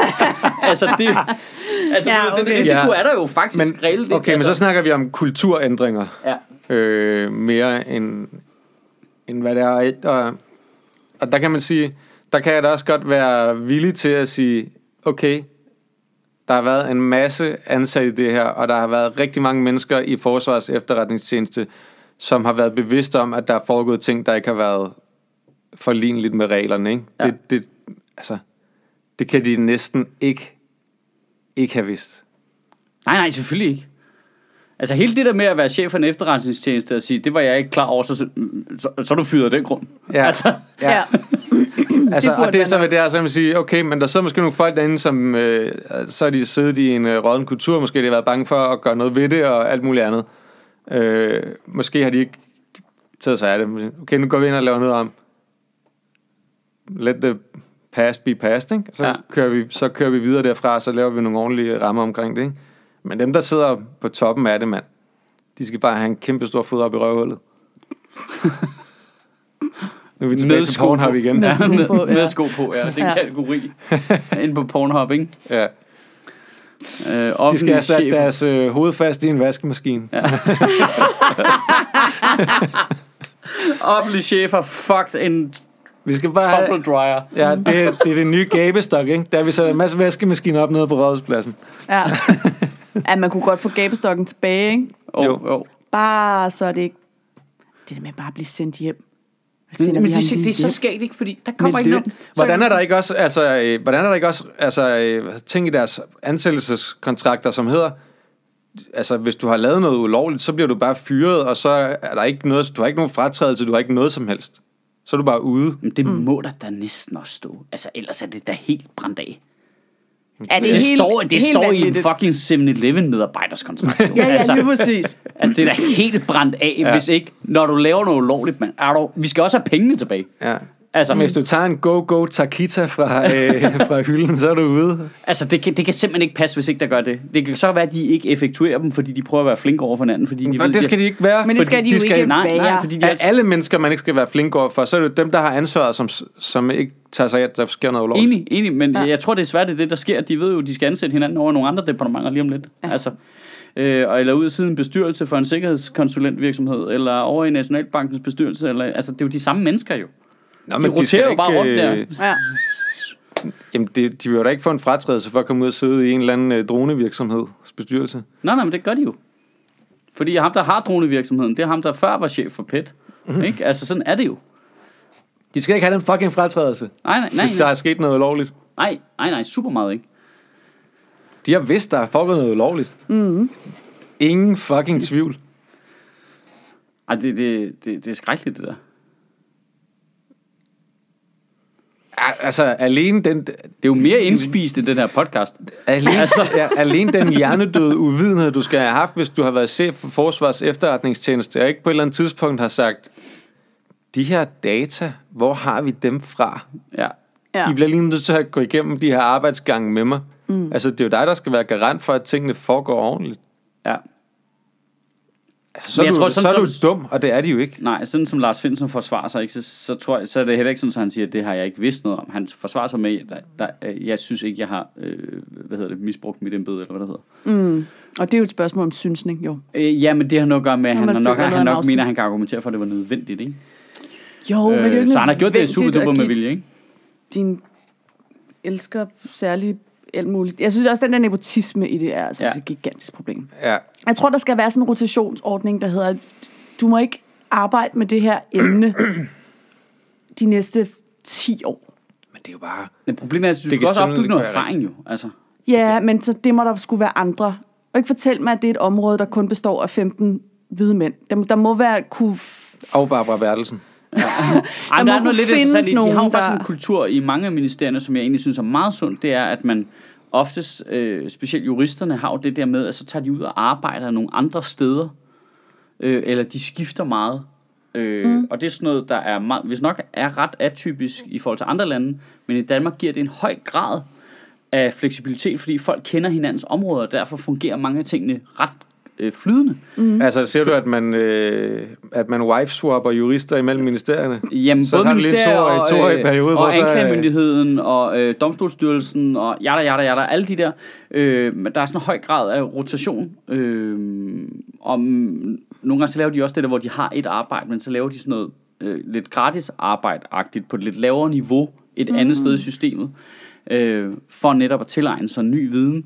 altså, det, altså Ja, ja, okay. den okay. risiko Ja. er der jo faktisk men, reelt. Men, ikke? okay, men altså, så snakker vi om kulturændringer. Ja. øh, mere end, end hvad det er. Og, og der kan man sige, der kan jeg da også godt være villig til at sige, okay, der har været en masse ansatte i det her, og der har været rigtig mange mennesker i Forsvars efterretningstjeneste, som har været bevidste om, at der er foregået ting, der ikke har været forligneligt med reglerne. Ikke? Ja. Det, det, altså, det kan de næsten ikke, ikke have vidst. Nej, nej, selvfølgelig ikke. Altså hele det der med at være chef for en efterretningstjeneste og sige, det var jeg ikke klar over, så, så, så, så er du fyret af den grund. Ja. Altså, Ja. ja. Altså, Det det burde og det er man så, nok. hvad det er, så kan man sige, okay, men der sidder måske nogle folk derinde, som øh, så er de siddet i en øh, rådden kultur, måske de har været bange for at gøre noget ved det og alt muligt andet. Øh, måske har de ikke taget sig af det. Måske, Okay, nu går vi ind og laver noget om. Let the past be past, ikke? Så, Ja. ja. kører vi, så kører vi videre derfra, og så laver vi nogle ordentlige rammer omkring det, ikke? Men dem, der sidder på toppen af det, mand, de skal bare have en kæmpe stor fod op i røvhullet. nu er vi tilbage Med til sko Pornhub på. igen. ja, sko med, på, ja. med sko på, ja. Det er en Ja. kategori inde på Pornhub, ikke? Ja. Øh, De skal have sat chef. deres øh, hoved fast i en vaskemaskine. Ja. Offentlig chef har fucked en Vi skal bare tumble have... dryer. Ja, det, det er det nye gabestok, ikke? Der har vi sat en masse vaskemaskiner op nede på rådhuspladsen. ja. ja, man kunne godt få gabestokken tilbage, ikke? Oh, Jo. jo. jo. Bare så er det ikke... Det der med bare at blive sendt hjem. Så sender Men vi ham det, lige det er så hjem. skægt, ikke? Fordi der kommer Med ikke løn. noget. Så- Hvordan er der ikke også, altså, øh, hvordan er der ikke også altså, øh, ting i deres ansættelseskontrakter, som hedder, altså hvis du har lavet noget ulovligt, så bliver du bare fyret, og så er der ikke noget, du har ikke nogen fratrædelse, du har ikke noget som helst. Så er du bare ude. Men Mm. det må der da næsten også stå. Altså, ellers er det da helt brændt af. Ja, Det, det står, det står i en vanvittigt. fucking 7-Eleven medarbejderskontrakt. jo. Ja, ja, altså, lige præcis. altså, det er da helt brændt af, ja. hvis ikke, når du laver noget ulovligt, mand. Er du, vi skal også have pengene tilbage. Ja. Altså, Hvis du tager en go-go Takita fra, øh, fra hylden, så er du ude. altså det, kan, det kan simpelthen ikke passe, hvis ikke der gør det. Det kan så være, at de ikke effektuerer dem, fordi de prøver at være flinke over for hinanden. Fordi de Og ved, det skal de ikke være. Men det fordi skal de jo ikke nej, nej, være. fordi de Af altså- alle mennesker, man ikke skal være flink over for, så er det jo dem, der har ansvaret, som, som ikke tager sig af, at der sker noget ulovligt. Enig, enig, men Ja. ja. jeg tror desværre, det er det, der sker. De ved jo, de skal ansætte hinanden over i nogle andre departementer lige om lidt. Ja. Altså, øh, og eller ud i siden bestyrelse for en sikkerhedskonsulentvirksomhed, eller over i Nationalbankens bestyrelse. Eller, altså, det er jo de samme mennesker jo. Nå, De roterer jo bare rundt øh, der. Ja. Jamen, det, de vil jo da ikke få en fratrædelse for at komme ud og sidde i en eller anden øh, dronevirksomheds bestyrelse. Nej, nej, men det gør de jo. Fordi ham, der har dronevirksomheden, det er ham, der før var chef for PET. Mhm. Mm. Ikke? Altså, sådan er det jo. De skal ikke have den fucking fratrædelse, nej, Nej, nej, nej, hvis der nej, er sket noget ulovligt. nej, nej, nej, super meget ikke. De har vidst, der er foregået noget ulovligt. Mm-hmm. Ingen fucking tvivl. Ej, det, det, det, det er skrækkeligt, det der. Al- Altså, alene den, Det er jo mere indspist i den her podcast. alene, altså. ja, alene den hjernedøde uvidenhed, du skal have haft, hvis du har været chef for Forsvars efterretningstjeneste, og ikke på et eller andet tidspunkt har sagt, de her data, hvor har vi dem fra? Ja. Ja. I bliver lige nødt til at gå igennem de her arbejdsgange med mig. Mm. Altså, det er jo dig, der skal være garant for, at tingene foregår ordentligt. Ja. Altså, så, Men er jeg du, tror, tror, sådan så er du som- dum, og det er de jo ikke. Nej, sådan som Lars Finsen forsvarer sig, ikke, så, så, tror jeg, så er det heller ikke sådan, at han siger, at det har jeg ikke vidst noget om. Han forsvarer sig med, at der, der, øh, jeg synes ikke, jeg har øh, hvad hedder det, misbrugt mit embede, eller hvad det hedder. Og det er jo et spørgsmål om synsning, jo. Øh, ja, men det har noget at gøre med, at Når han, man har nok, føler han noget af nok en mener, at han kan argumentere for, at det var nødvendigt. Ikke? Jo, øh, men det er jo Øh, ikke så han har gjort det nødvendigt super duper at med give vilje, ikke? Din elsker særlig alt muligt. Jeg synes også, den der nepotisme i det er altså Ja. ja. et gigantisk problem. Ja. Jeg tror, der skal være sådan en rotationsordning, der hedder, du må ikke arbejde med det her emne de næste 10 år. Men det er jo bare... Men problemet er, at du skal kan også sådan opbygge noget gøre erfaring jo. Altså, Ja, men så det må der skulle være andre. Og ikke fortæl mig, at det er et område, der kun består af 15 hvide mænd. Der, må- der må være kunne... Og Barbara Bertelsen. Jamen, må der er noget kunne lidt interessant i, findes de har jo nogen, faktisk der- en kultur i mange af ministerierne, som jeg egentlig synes er meget sundt, det er, at man oftest, øh, specielt juristerne, har jo det der med, at så tager de ud og arbejder nogle andre steder, øh, eller de skifter meget. Øh, mm. Og det er sådan noget, der er meget, hvis nok er ret atypisk i forhold til andre lande, men i Danmark giver det en høj grad af fleksibilitet, fordi folk kender hinandens områder, og derfor fungerer mange af tingene ret øh, flydende. Mm. Altså, ser du, at man, øh, at man wife-swapper jurister imellem ministerierne? Jamen, Så både har du lige en ministerier toårig- og, toårig periode, hvor og så, øh, anklagemyndigheden og øh, domstolsstyrelsen og jada, jada, jada, alle de der. Øh, men der er sådan en høj grad af rotation. Øh, om, nogle gange så laver de også det der, hvor de har et arbejde, men så laver de sådan noget øh, lidt gratis arbejde-agtigt på et lidt lavere niveau et mm. andet sted i systemet. Øh, for netop at tilegne sig ny viden.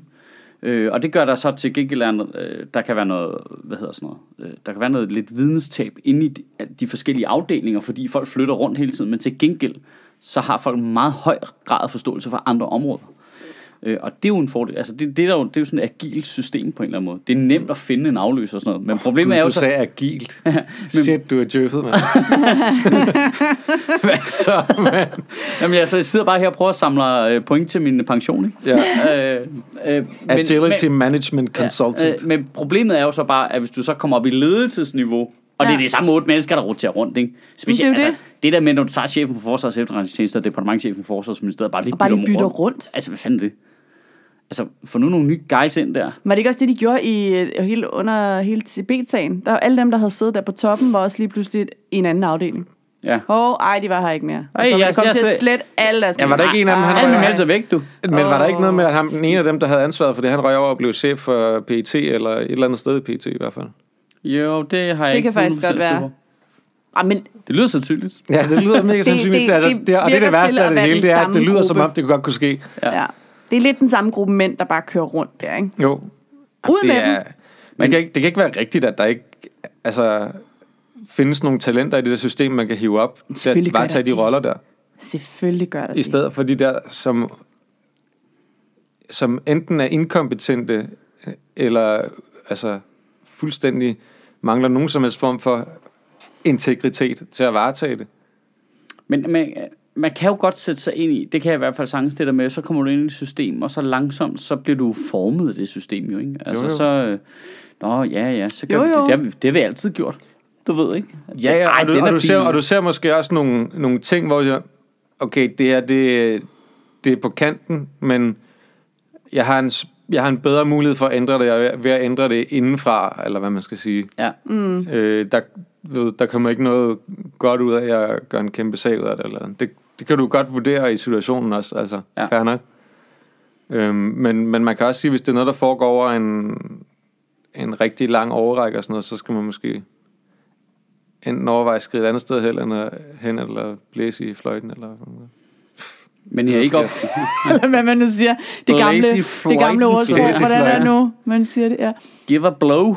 Øh, og det gør der så til gengæld, er- øh, der kan være noget, hvad hedder sådan noget, øh, der kan være noget lidt videnstab inde i de, de forskellige afdelinger, fordi folk flytter rundt hele tiden, men til gengæld, så har folk en meget høj grad af forståelse for andre områder. Øh, og det er jo en fordel. Altså, det, det, er, der jo, det er jo sådan et agilt system på en eller anden måde. Det er nemt at finde en afløser og sådan noget. Men problemet er jo Du så... sagde agilt. Shit, du er djøffet, mand. Hvad så, mand? Jamen, jeg, så jeg sidder bare her og prøver at samle øh, point til min pension, ikke? Ja. Øh, øh, men- Agility Management Consultant. Øh, men problemet er jo så bare, at hvis du så kommer op i ledelsesniveau, og ja. det er Ja. de samme otte mennesker, der roterer rundt, ikke? Specielt, Men det er jo Altså, det der med, når du tager chefen for Forsvars Efterretningstjeneste og departementchefen for Forsvarsministeriet, bare lige Og bare dem lige bytter rundt. Altså, hvad fanden er det? Altså, få nu nogle nye guys ind der. Var det ikke også det, de gjorde i, øh, hele, under hele Tibet-sagen? Der, alle dem, der havde siddet der på toppen, var også lige pludselig i en anden afdeling. Ja. Åh, oh, ej, de var her ikke mere. Og Ej, så var jeg- de kom jeg til slet- at slette alle deres... Ja, var der ikke en af dem, han Alle var- mine er væk, du. Men var der ikke noget med, at ham, den ene af skidt. dem, der havde ansvaret for det, han røg over og blev chef for PET, eller et eller andet sted i PET i hvert fald? Jo, det har jeg Det ikke kan faktisk 100% godt være. styr på. Ah, men Det lyder sandsynligt. Ja, det lyder mega sandsynligt. det- altså, det det, og det er virker det værste til at af det være hele, den det er, at samme det lyder som gruppe. om, det kunne godt kunne ske. Ja. ja. ja. Det er lidt den samme gruppe mænd, der bare kører rundt der, ikke? Jo. Ud det med er, det, kan ikke, det kan ikke være rigtigt, at der ikke altså, findes nogle talenter i det der system, man kan hive op til at Selvfølgelig gør varetage de der det. roller der. Selvfølgelig gør der I det. stedet for de der, som, som enten er inkompetente, øh, eller altså, fuldstændig mangler nogen som helst form for integritet til at varetage det. Men man, man kan jo godt sætte sig ind i, det kan jeg i hvert fald sagtens det der med, så kommer du ind i et system, og så langsomt, så bliver du formet af det system jo, ikke? Altså Jo, jo, jo. jo. så, øh, nå ja, ja, så gør Jo, jo, jo. jo. vi det. Det har, vi, det har vi altid gjort. Du ved, ikke? Ja, ja, Ej, og, du, den er og, du fin. ser, og du ser måske også nogle, nogle ting, hvor jeg, okay, det her, det, det er på kanten, men jeg har, en, s- jeg har en bedre mulighed for at ændre det, og jeg er ved at ændre det indenfra, eller hvad man skal sige. Ja. Mm. Øh, der, ved, der kommer ikke noget godt ud af, at jeg gør en kæmpe sag ud af det, eller det, det kan du godt vurdere i situationen også, altså, ja. Ja. fair nok. Øhm, men, men man kan også sige, hvis det er noget, der foregår over en, en rigtig lang overrække og sådan noget, så skal man måske enten overveje at skride et andet sted hen, eller, hen, eller blæse i fløjten, eller hvad man Men jeg er ikke op... Eller hvad man nu siger. Det gamle, Lazy det Floydens gamle ordsprog. Lazy Hvordan er Floyd. det nu, man siger det? Ja. Give a blow.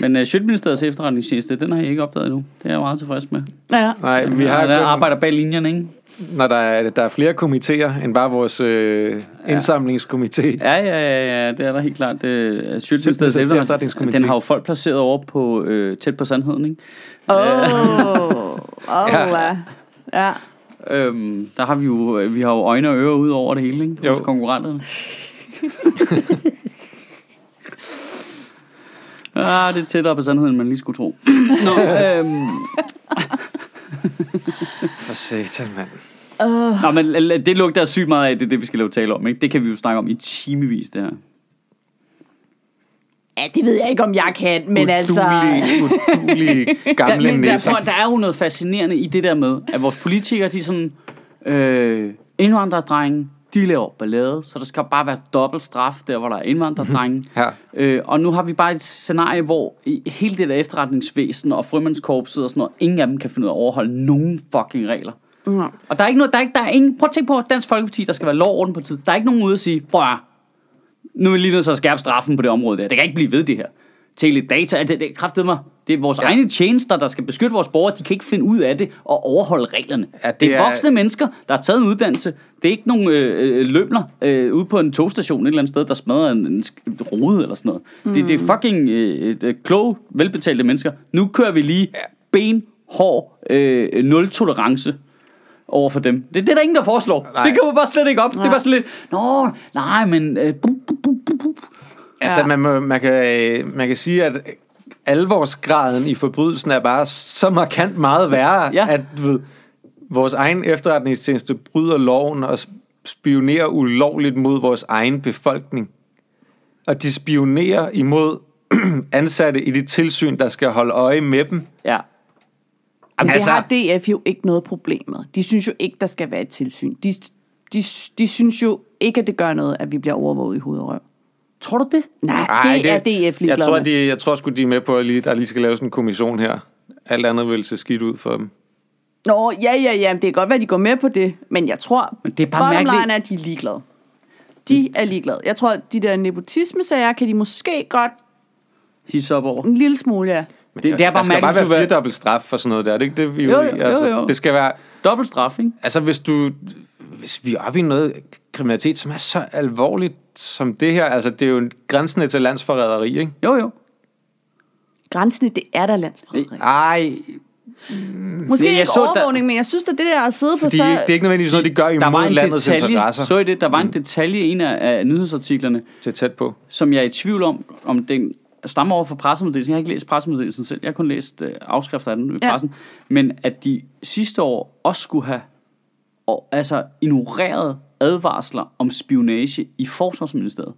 Men uh, Sjøtministeriets efterretningstjeneste, den har jeg ikke opdaget endnu. Det er jeg meget tilfreds med. ja. Nej, vi Ja, har der kun, arbejder bag linjerne, ikke? når der er, der er flere komitéer, end bare vores øh, indsamlingskomité. Ja, ja, ja, ja, det er der helt klart. Uh, Sjøtministeriets Sjøtministeriets efterretningstjeneste, Efterretningskomité. den har jo folk placeret over på øh, tæt på sandheden, ikke? Åh, oh, ja. ja. Øhm, der har vi jo, øh, vi har jo øjne og ører ud over det hele, ikke? Jo. Hos konkurrenterne. ah, det er tættere på sandheden, end man lige skulle tro. Nå, øh. øhm, For satan, mand. nå men l- l- det lugter sygt meget af, det er det, vi skal lave tale om, ikke? Det kan vi jo snakke om i timevis, det her. Ja, det ved jeg ikke, om jeg kan, men altså... Udulige, udulige gamle men der, næser. prøv, der er jo noget fascinerende i det der med, at vores politikere, de er sådan, øh, indvandrerdrenge, de laver ballade, så der skal bare være dobbelt straf der, hvor der er indvandrerdrenge. Ja. Øh, og nu har vi bare et scenarie, hvor i hele det der efterretningsvæsen og frømandskorpset og sådan noget, ingen af dem kan finde ud af at overholde nogen fucking regler. Mm. Og der er ikke noget, der er ikke, der er ingen, prøv at tænke på Dansk Folkeparti, der skal være lov og orden på tid. Der er ikke nogen ude at sige, prøv at høre, nu er vi lige nødt til at skærpe straffen på det område der. Det kan ikke blive ved det her. Teledata, det, det kræftede mig. Det er vores ja. egne tjenester, der skal beskytte vores borgere. De kan ikke finde ud af det og overholde reglerne. Ja, Ja, det det, det er er- voksne mennesker, der har taget en uddannelse. Det er ikke nogen øh, øh, lømler øh, ude på en togstation et eller andet sted, der smadrer en, en sk- rode eller sådan noget. Mm. Det, det er fucking øh, øh, kloge, velbetalte mennesker. Nu kører vi lige benhård øh, nul-tolerance over for dem. Det, det er der ingen, der foreslår. Nej. Det kommer bare slet ikke op. Nej. Det er bare sådan lidt, nå, nej, men... Øh, bu, bu, bu, bu, bu. Altså, Ja. man, må, man, kan, øh, man kan sige, at alvorsgraden i forbrydelsen er bare så markant meget værre, ja. Ja. at du ved, vores egen efterretningstjeneste bryder loven og spionerer ulovligt mod vores egen befolkning. Og de spionerer imod ansatte i de tilsyn, der skal holde øje med dem. Ja. Jamen, altså, Altså- det har DF jo ikke noget problem med. De synes jo ikke, der skal være et tilsyn. De, de, de synes jo ikke, at det gør noget, at vi bliver overvåget i hoved og røv. Tror du det? Nej, Ej, det, er DF jeg ligeglad tror, med. de, jeg tror sgu, de er med på, at lige, der lige skal laves en kommission her. Alt andet vil se skidt ud for dem. Nå, ja, ja, ja, det kan godt være, de går med på det, men jeg tror, Men det er bare bottom mærkeligt. line er, at de er ligeglade. De er ligeglade. Jeg tror, at de der nepotisme-sager kan de måske godt Hisse op over. en lille smule, ja. Men Det- jeg- det er bare der skal mærkeligt, bare hvis du være vil- firedobbelt straf for sådan noget der. Er det ikke det, vi er Jo, ude i? jo, jo, altså, jo. Det skal være... Dobbelt straf, ikke? Altså, hvis du... Hvis vi er oppe i noget kriminalitet, som er så alvorligt som det her, altså, det er jo en grænsen til landsforræderi, ikke? Jo, jo. Grænsen, det er der landsforræderi. Ej, Måske Men jeg ikke så, der- overvågning, men jeg synes, at det der at sidde på fordi så... så, det er ikke nødvendigvis noget, de gør Der var imod en landets detalje, interesser. Mm. så I det, der var en detalje i en af, af nyhedsartiklerne, Det er tæt på. som jeg er i tvivl om, om den stammer over fra pressemeddelelsen. Jeg har ikke læst pressemeddelelsen selv. Jeg har kun læst øh, afskrifter af den i Ja. pressen. Men at de sidste år også skulle have og, altså, ignoreret advarsler om spionage i Forsvarsministeriet.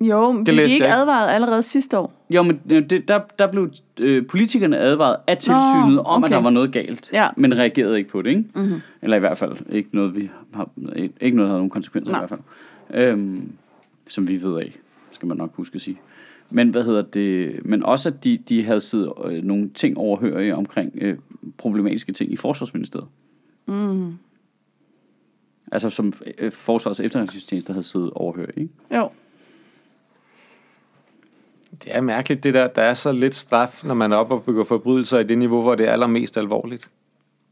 Jo, men Det blev de læste ikke jeg ikke. advaret allerede sidste år. Jo, men øh, det, der, der blev øh, politikerne advaret af tilsynet Nå, om, at okay. der var noget galt. Ja. Mhm. Men reagerede ikke på det, ikke? Mm-hmm. Eller i hvert fald ikke noget, vi har, ikke noget, der havde nogen konsekvenser Nej. i hvert fald. Øhm, som vi ved af, skal man nok huske at sige. Men hvad hedder det? Men også, at de, de havde siddet øh, nogle ting overhørige omkring øh, problematiske ting i Forsvarsministeriet. Mhm. Mm. Altså som øh, Forsvars efterretningstjeneste havde siddet overhørige, ikke? Jo. Det er mærkeligt, det der. Der er så lidt straf, når man er oppe og begår forbrydelser i det niveau, hvor det er allermest alvorligt.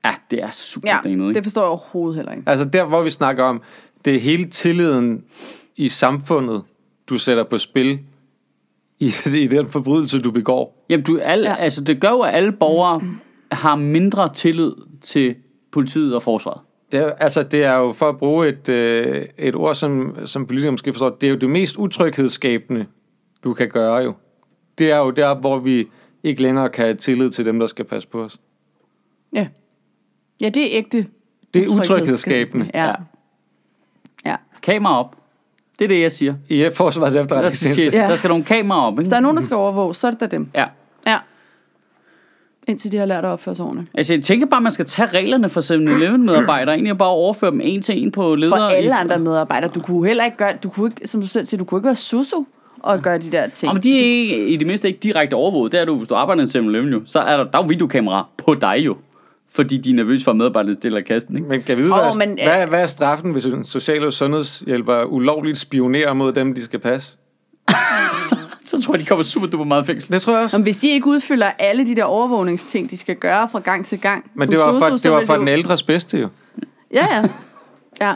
Ja, det er super Ja, stenet, ikke? det forstår jeg overhovedet heller ikke. Altså der, hvor vi snakker om, det er hele tilliden i samfundet, du sætter på spil i, i den forbrydelse, du begår. Jamen, du, alle, ja. altså, det gør jo, at alle borgere Mm. har mindre tillid til politiet og forsvaret. Det er, altså, det er jo, for at bruge et, øh, et ord, som, som politikere måske forstår, det er jo det mest utryghedsskabende, du kan gøre jo. Det er jo der, hvor vi ikke længere kan have tillid til dem, der skal passe på os. Ja. Ja, det er ægte. Det er utryghedsskabende. Ja. ja. Kamera op. Det er det, jeg siger. I Forsvars Der skal, efterretningstjeneste. ja. der skal nogle kameraer op, ikke? Hvis der er nogen, der skal overvåge, så er det da dem. Ja. Ja. Indtil de har lært at opføre sig ordentligt. Altså, jeg tænker bare, at man skal tage reglerne for 7-Eleven-medarbejdere, egentlig og bare overføre dem en til en på ledere. For alle i- andre medarbejdere. Du kunne heller ikke gøre, du kunne ikke, som du selv siger, du kunne ikke være susu og gøre de der ting. Nå, men de er ikke, i det mindste ikke direkte overvåget. Det er du, hvis du arbejder i en 7-Eleven jo. Så er der, der er jo videokamera på dig jo. Fordi de er nervøse for, at medarbejderne stiller kasten, ikke? Men kan vi vide, Åh, oh, hvad, men, men, øh, hvad, hvad er straffen, hvis en social- og sundhedshjælper ulovligt spionerer mod dem, de skal passe? Så tror jeg, de kommer super duper meget i fængsel. Det tror jeg også. Nå, men hvis de ikke udfylder alle de der overvågningsting, de skal gøre fra gang til gang. Men som det var for, sosu, så det var vil for du- den ældres bedste jo. Ja, ja. Ja.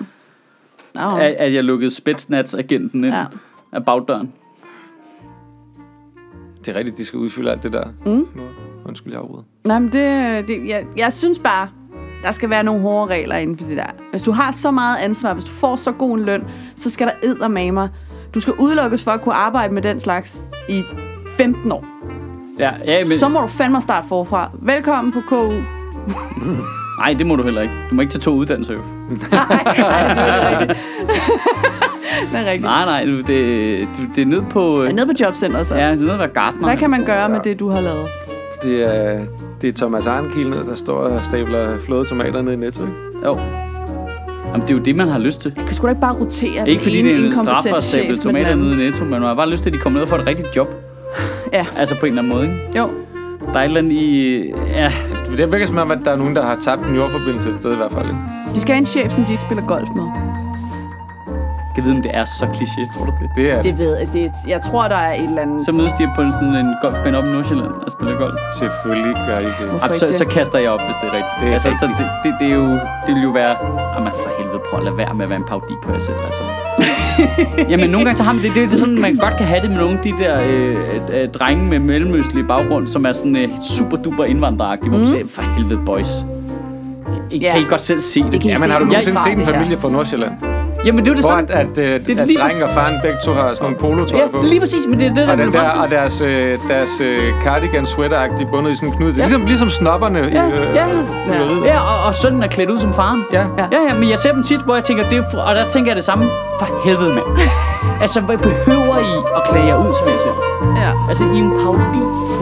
Nå, At, at jeg lukkede Spetsnats-agenten ind Mm. Ja. ja. af bagdøren. Det er rigtigt, de skal udfylde alt det der. Mm. Undskyld, jeg afbryder. Nej, men det, det jeg, jeg synes bare, der skal være nogle hårde regler inden for det der. Hvis du har så meget ansvar, hvis du får så god en løn, så skal der eddermamer. Du skal udelukkes for at kunne arbejde med den slags i 15 år. Ja, ja, men... Så må du fandme starte forfra. Velkommen på KU. Nej, Nej, det må du heller ikke. Du må ikke tage to uddannelser, jo. det er rigtigt. Nej, nej, du- det, det, det er ned på... øh, Men ned på jobcenteret så. Ja, altså. det er ned at være gartner. Hvad kan man eller gøre med det, du har lavet? Det er, det er Thomas Arnkiel, der står og stabler flåede tomater ned i Netto. ikke? sådan noget. Jo. Jamen, det er jo det, man har lyst til. Kan sgu da ikke bare rotere Ikke fordi den det ene er en straf for at inkompetente chef stable med den tomater anden? nede i Netto, men man har bare lyst til, at de kommer ned og får et rigtigt job. Ja. Altså på en eller anden måde, ikke? Jo. Der er et eller andet i... Ja, Det virker som om, at der er nogen, der har tabt en jordforbindelse et sted i hvert fald. Ikke? De skal have en chef, som de ikke spiller golf med. jeg ved, om det er så kliché, tror du det? Det er det. Det ved jeg. Det, jeg tror, der er et eller andet... Så mødes de på en, sådan en golfbane op i Nordsjælland og spiller golf. Selvfølgelig gør I det. Jamen, ikke så, det? så kaster jeg op, hvis det er rigtigt. Det er altså, Så rigtigt. det, det, det, er jo, det vil jo være... Jamen for helvede, prøv at lade være med at være en parodi på jer selv, altså. Jamen nogle gange så har man det, det, er sådan, man godt kan have det med nogle af de der øh, øh, drenge med mellemøstlig baggrund, som er sådan øh, super duper indvandreragtige, Mm. hvor man siger, for helvede boys. I, Ja. Kan I godt selv se det? kan I Jamen har du Jeg- nogensinde jeg- set en familie fra Nordsjælland? Jamen, det er jo det Hvor samme. at, at, øh, det er at lige drenge og faren begge to har sådan nogle polotøj på. Ja, lige præcis, men det er det, der Og, den bliver der, fremstillet. og deres, øh, deres øh, cardigan sweater bundet i sådan en knude. Det er Ja. ligesom, ligesom snobberne Ja, i øh, ja. i Løvet. Ja, og, og sønnen er klædt ud som faren. ja. Ja. Ja, ja, men jeg ser dem tit, hvor jeg tænker, det er, fr- og der tænker jeg det samme. For helvede, mand. altså, hvad behøver I at klæde jer ud, som jeg ser? Ja. Altså, I er en paudi.